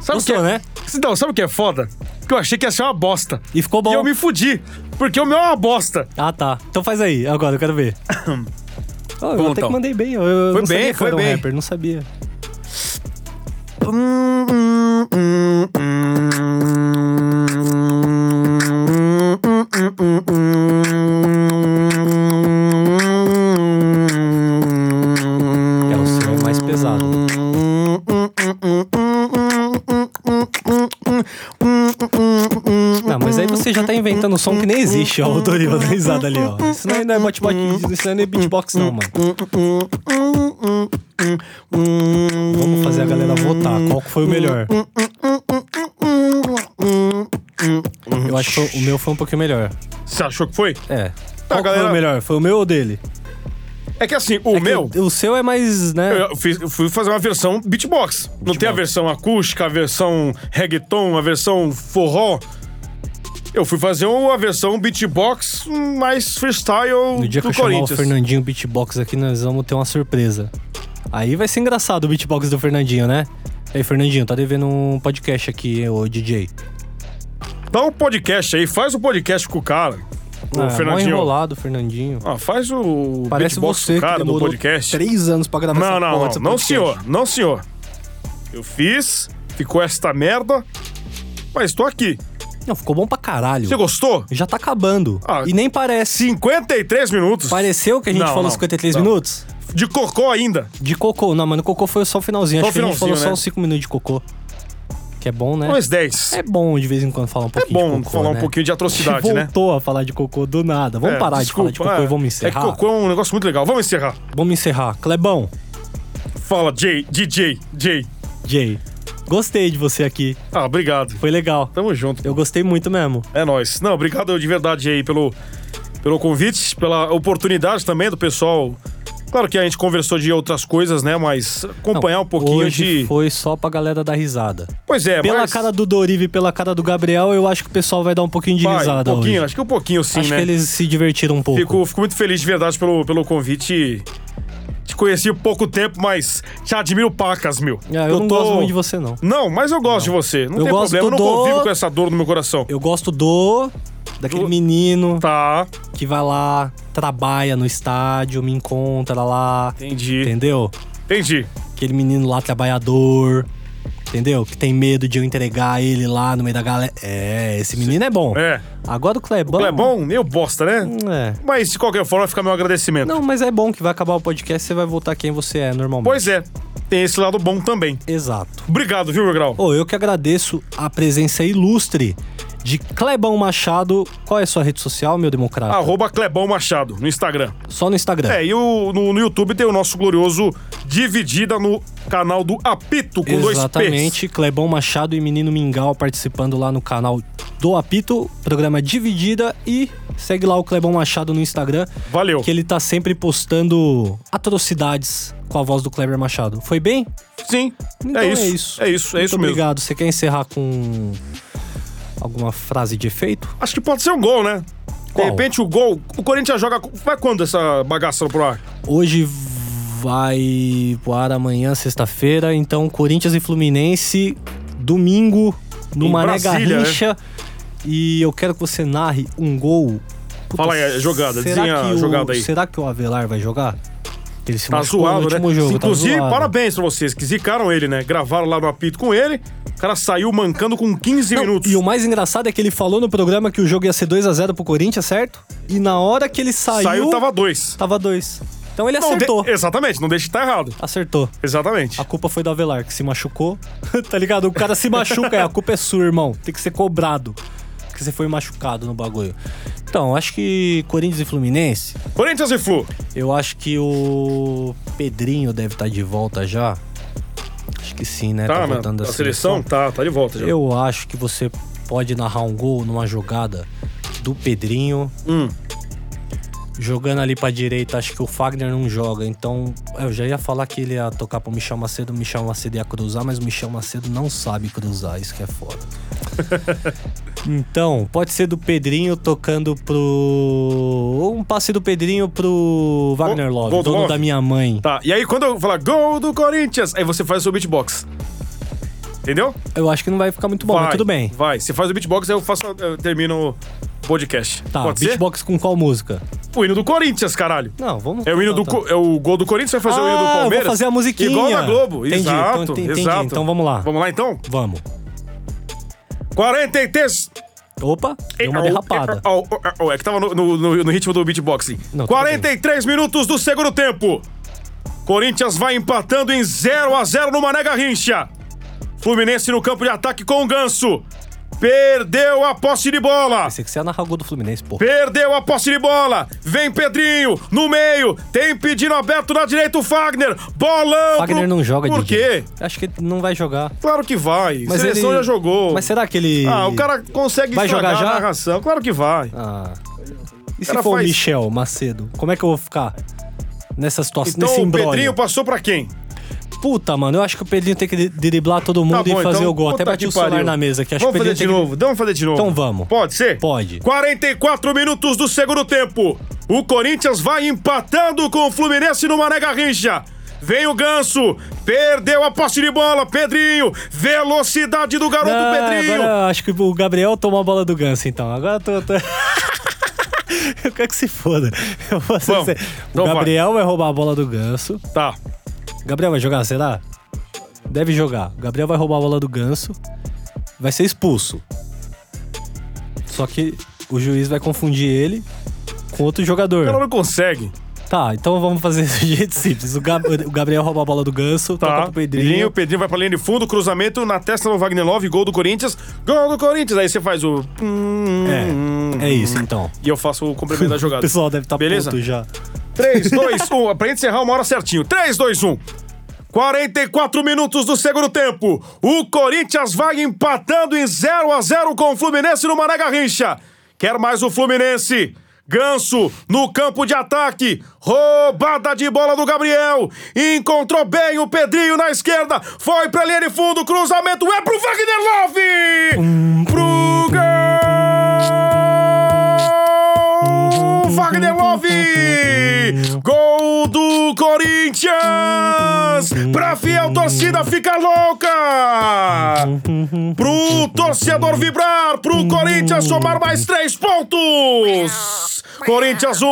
Sabe o que Gostou, é? né? Não, sabe o que é foda? Que eu achei que ia ser uma bosta. E ficou bom. E eu me fudi. Porque o meu é uma bosta. Ah, tá. Então faz aí, agora, eu quero ver. Oh, eu até então. que mandei bem. Eu, eu Foi não bem, sabia que eu foi era um bem. rapper, não sabia. Hum, hum, É, o seu é mais pesado. Não, mas aí você já tá inventando um som que nem existe, ó. O Dorival da risada ali, ó. Isso não é, não é bate-bote, isso não é nem beatbox, não, mano. Vamos fazer a galera votar. Qual que foi o melhor? Eu acho que foi- o meu foi um pouquinho melhor. Você achou que foi? É. Qual que foi Tá, galera. o melhor? Foi o meu ou o dele? É que assim, o É que meu. O, o seu é mais, né? Eu fiz- eu fui fazer uma versão beatbox. Não tem a versão acústica, a versão reggaeton, a versão forró. Eu fui fazer uma versão beatbox mais freestyle No dia que do eu chamar o Corinthians. Fernandinho Beatbox aqui, nós vamos ter uma surpresa. Aí vai ser engraçado o beatbox do Fernandinho, né? E aí, Fernandinho, tá devendo um podcast aqui, ô DJ. Dá um podcast aí, faz o podcast com o cara. O Ah, Mó Fernandinho. enrolado, Fernandinho. Ah, faz o Parece beatbox você com o que cara do demorou podcast. três anos pra gravar Não, essa não, porra não, desse não, podcast. senhor, não, senhor. Eu fiz, ficou esta merda, mas tô aqui. Não, ficou bom pra caralho. Você gostou? Já tá acabando. Ah, e nem parece. 53 minutos Pareceu que a gente Não, falou não, 53 não. minutos? de cocô ainda. De cocô. Não, mano, cocô foi só o finalzinho. Só Acho o que a gente falou finalzinho, só né? uns 5 minutos de cocô. Que que é bom, né? Mas 10. É bom de vez em quando falar um pouquinho bom de cocô, falar um né? pouquinho de atrocidade, Voltou né? Voltou a falar de cocô do nada. Vamos É, parar desculpa, de falar de cocô é. e vamos É que encerrar. cocô é um negócio muito legal. Vamos encerrar. Vamos encerrar. Clebão, Fala, Jay, DJ, Jay. Jay, gostei de você aqui. Ah, obrigado. Foi legal. Tamo junto. Eu gostei muito mesmo. É nóis. Não, obrigado de verdade aí pelo, pelo convite, pela oportunidade também do pessoal. Claro que a gente conversou de outras coisas, né? Mas acompanhar Não, um pouquinho hoje de. foi só pra galera dar risada. Pois é, Pela mas... cara do Dorive e pela cara do Gabriel, eu acho que o pessoal vai dar um pouquinho de Vai, um risada pouquinho, hoje. acho que um pouquinho sim, acho né? que eles se divertiram um pouco. Fico, fico muito feliz de verdade pelo, pelo convite. e Te conheci há pouco tempo, mas te admiro pacas, meu. Ah, eu, não gosto muito de você, não. Não, mas eu gosto de você. Não Eu tem gosto problema, eu não do- convivo com essa dor no meu coração. Eu gosto do... Daquele Do- menino Tá, que vai lá, trabalha no estádio, me encontra lá, entendi. entendeu? Entendi. Aquele menino lá trabalhador, entendeu? Que tem medo de eu entregar ele lá no meio da galera. É, esse menino é bom. É. Agora o Clebão. Não é bom? Meio bosta, né? É. Mas de qualquer forma fica meu agradecimento. Não, mas é bom que vai acabar o podcast, você vai voltar quem você é normalmente. Pois é, tem esse lado bom também. Exato. Obrigado, viu, meu grau? Ô, eu que agradeço a presença ilustre de Clebão Machado. Qual é a sua rede social, meu democrata? Arroba Clebão Machado no Instagram. Só no Instagram. É, e o- no, no YouTube tem o nosso glorioso Dividida no canal do Apito com dois P's. Exatamente, Clebão Machado e Menino Mingau participando lá no canal do Apito, programa Dividida e segue lá o Clebão Machado no Instagram, Valeu. que ele tá sempre postando atrocidades com a voz do Kleber Machado. Foi bem? Sim, Então é, isso, é isso. É isso, é Muito isso mesmo. obrigado. Você quer encerrar com alguma frase de efeito? Acho que pode ser um gol, né? Qual? De repente o gol, o Corinthians joga. Vai quando essa bagaça pro ar? Hoje vai pro ar amanhã, sexta-feira, então Corinthians e Fluminense, domingo, no Em Mané Brasília, né? Garrincha. E eu quero que você narre um gol. Puta, Fala aí a jogada, será desenha que a o- jogada aí. Será que o Avelar vai jogar? Ele se Tá machucou no zoado, né? último jogo, tá Inclusive, zoado. parabéns pra vocês que zicaram ele, né? Gravaram lá no apito com ele. O cara saiu mancando com 15 Não, minutos. E o mais engraçado é que ele falou no programa que o jogo ia ser 2 a 0 pro Corinthians, certo? E na hora que ele saiu, Saiu, tava dois. tava 2. Então ele Não acertou. de- Exatamente, não deixa de estar errado. Acertou. Exatamente. A culpa foi do Avelar, que se machucou. tá ligado? O cara se machuca, é, a culpa é sua, irmão. Tem que ser cobrado. Porque você foi machucado no bagulho. Então, acho que Corinthians e Fluminense, Corinthians e É, Flu. eu acho que o Pedrinho deve estar de volta já. Acho que sim, né? Tá, na, voltando na seleção? Tá, tá de volta já. Eu acho que você pode narrar um gol numa jogada do Pedrinho. Hum. Jogando ali pra direita, acho que o Fagner não joga. Então, eu já ia falar que ele ia tocar pro Michel Macedo, o Michel Macedo ia cruzar, mas o Michel Macedo não sabe cruzar, isso que é foda. então, pode ser do Pedrinho tocando pro. ou Um passe do Pedrinho pro Wagner Gol- Love, gol do dono Love? da minha mãe. Tá, e aí quando eu falar gol do Corinthians, aí você faz o seu beatbox. Entendeu? Eu acho que não vai ficar muito bom, mas tudo bem. Vai, você faz o beatbox, aí eu, faço, eu termino o podcast. Tá, Pode ser? beatbox com qual música? O hino do Corinthians, caralho. Não, vamos. É o hino do. tá, tá. co- É o gol do Corinthians, vai fazer o hino do Ah, eu Palmeiras. Vou fazer a musiquinha. Igual na Globo. Entendi. Exato, então, entendi. exato. Então vamos lá. Vamos lá então? Vamos. 43. Opa, deu uma Au, derrapada. au, au, au. É que tava no, no- no- no ritmo do beatboxing. Não, tudo 43 minutos do segundo tempo. Corinthians vai empatando em 0 a 0 no Mané Garrincha. Fluminense no campo de ataque com o Ganso. Perdeu a posse de bola. Pensei que você ia narrar o gol do Fluminense, pô. Perdeu a posse de bola. Vem Pedrinho no meio. Tem pedido aberto na direita o Fagner. Bolão. Wagner pro- não joga, Por DJ. quê? Acho que ele não vai jogar. Claro que vai. Mas Seleção ele- já jogou. Mas será que ele... Ah, o cara consegue Vai estragar jogar já? a narração. Claro que vai. Ah. E se cara for o faz- Michel Macedo? Como é que eu vou ficar? Nessa situação, nesse Então o embrólio. Pedrinho passou pra quem? Puta, mano, eu acho que o Pedrinho tem que dri- driblar todo mundo e fazer o gol. Até Tá então puta bati que o celular pariu. na mesa aqui. Acho que vamos o fazer Pedrinho de tem que- novo, vamos fazer de novo. Então vamos. Pode ser? Pode. 44 minutos do segundo tempo. O Corinthians vai empatando com o Fluminense no Mané Garrincha. Vem o Ganso, perdeu a posse de bola, Pedrinho, velocidade do garoto Ah, Pedrinho. Agora eu acho que o Gabriel tomou a bola do Ganso, então. Agora eu tô. tô- eu quero que se foda. Eu vou ser Vamos. sério. Então o vai. Gabriel vai roubar a bola do Ganso. Tá. Gabriel vai jogar, será? Deve jogar. O Gabriel vai roubar a bola do Ganso. Vai ser expulso. Só que o juiz vai confundir ele com outro O cara jogador. não consegue. Tá, então vamos fazer desse jeito simples. O, Gab- o Gabriel rouba a bola do Ganso, toca Tá. pro Pedrinho. O Pedrinho vai pra linha de fundo, cruzamento na testa do Wagner Love, gol do Corinthians. Gol do Corinthians. Aí você faz o. Hum. É, é isso então. E eu faço o complemento da O jogada. pessoal deve tá estar Beleza? pronto já. 3, 2, 1. Pra gente encerrar uma hora certinho. um. 3, 2, 1. 44 minutos do segundo tempo. O Corinthians vai empatando em 0 a 0 com o Fluminense no Mané Garrincha. Quer mais o Fluminense. Ganso no campo de ataque. Roubada de bola do Gabriel. Encontrou bem o Pedrinho na esquerda. Foi pra linha de fundo. Cruzamento é pro Wagner Love. pro gol. Uhum. Wagner Love. Gol do Corinthians. Pra fiel torcida fica louca. Pro torcedor vibrar. Pro Corinthians somar mais três pontos. Corinthians 1,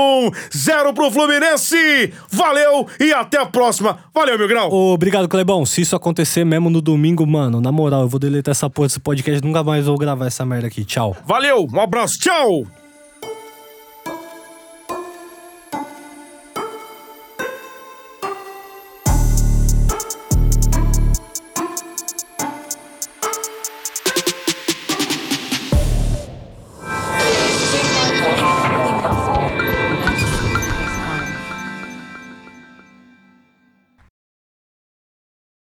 0 pro Fluminense. Valeu e até a próxima. Valeu, meu grau. Ô, obrigado, Clebão. Se isso acontecer mesmo no domingo, mano, na moral, eu vou deletar essa porra desse podcast, nunca mais vou gravar essa merda aqui. Tchau. Valeu, um abraço, tchau.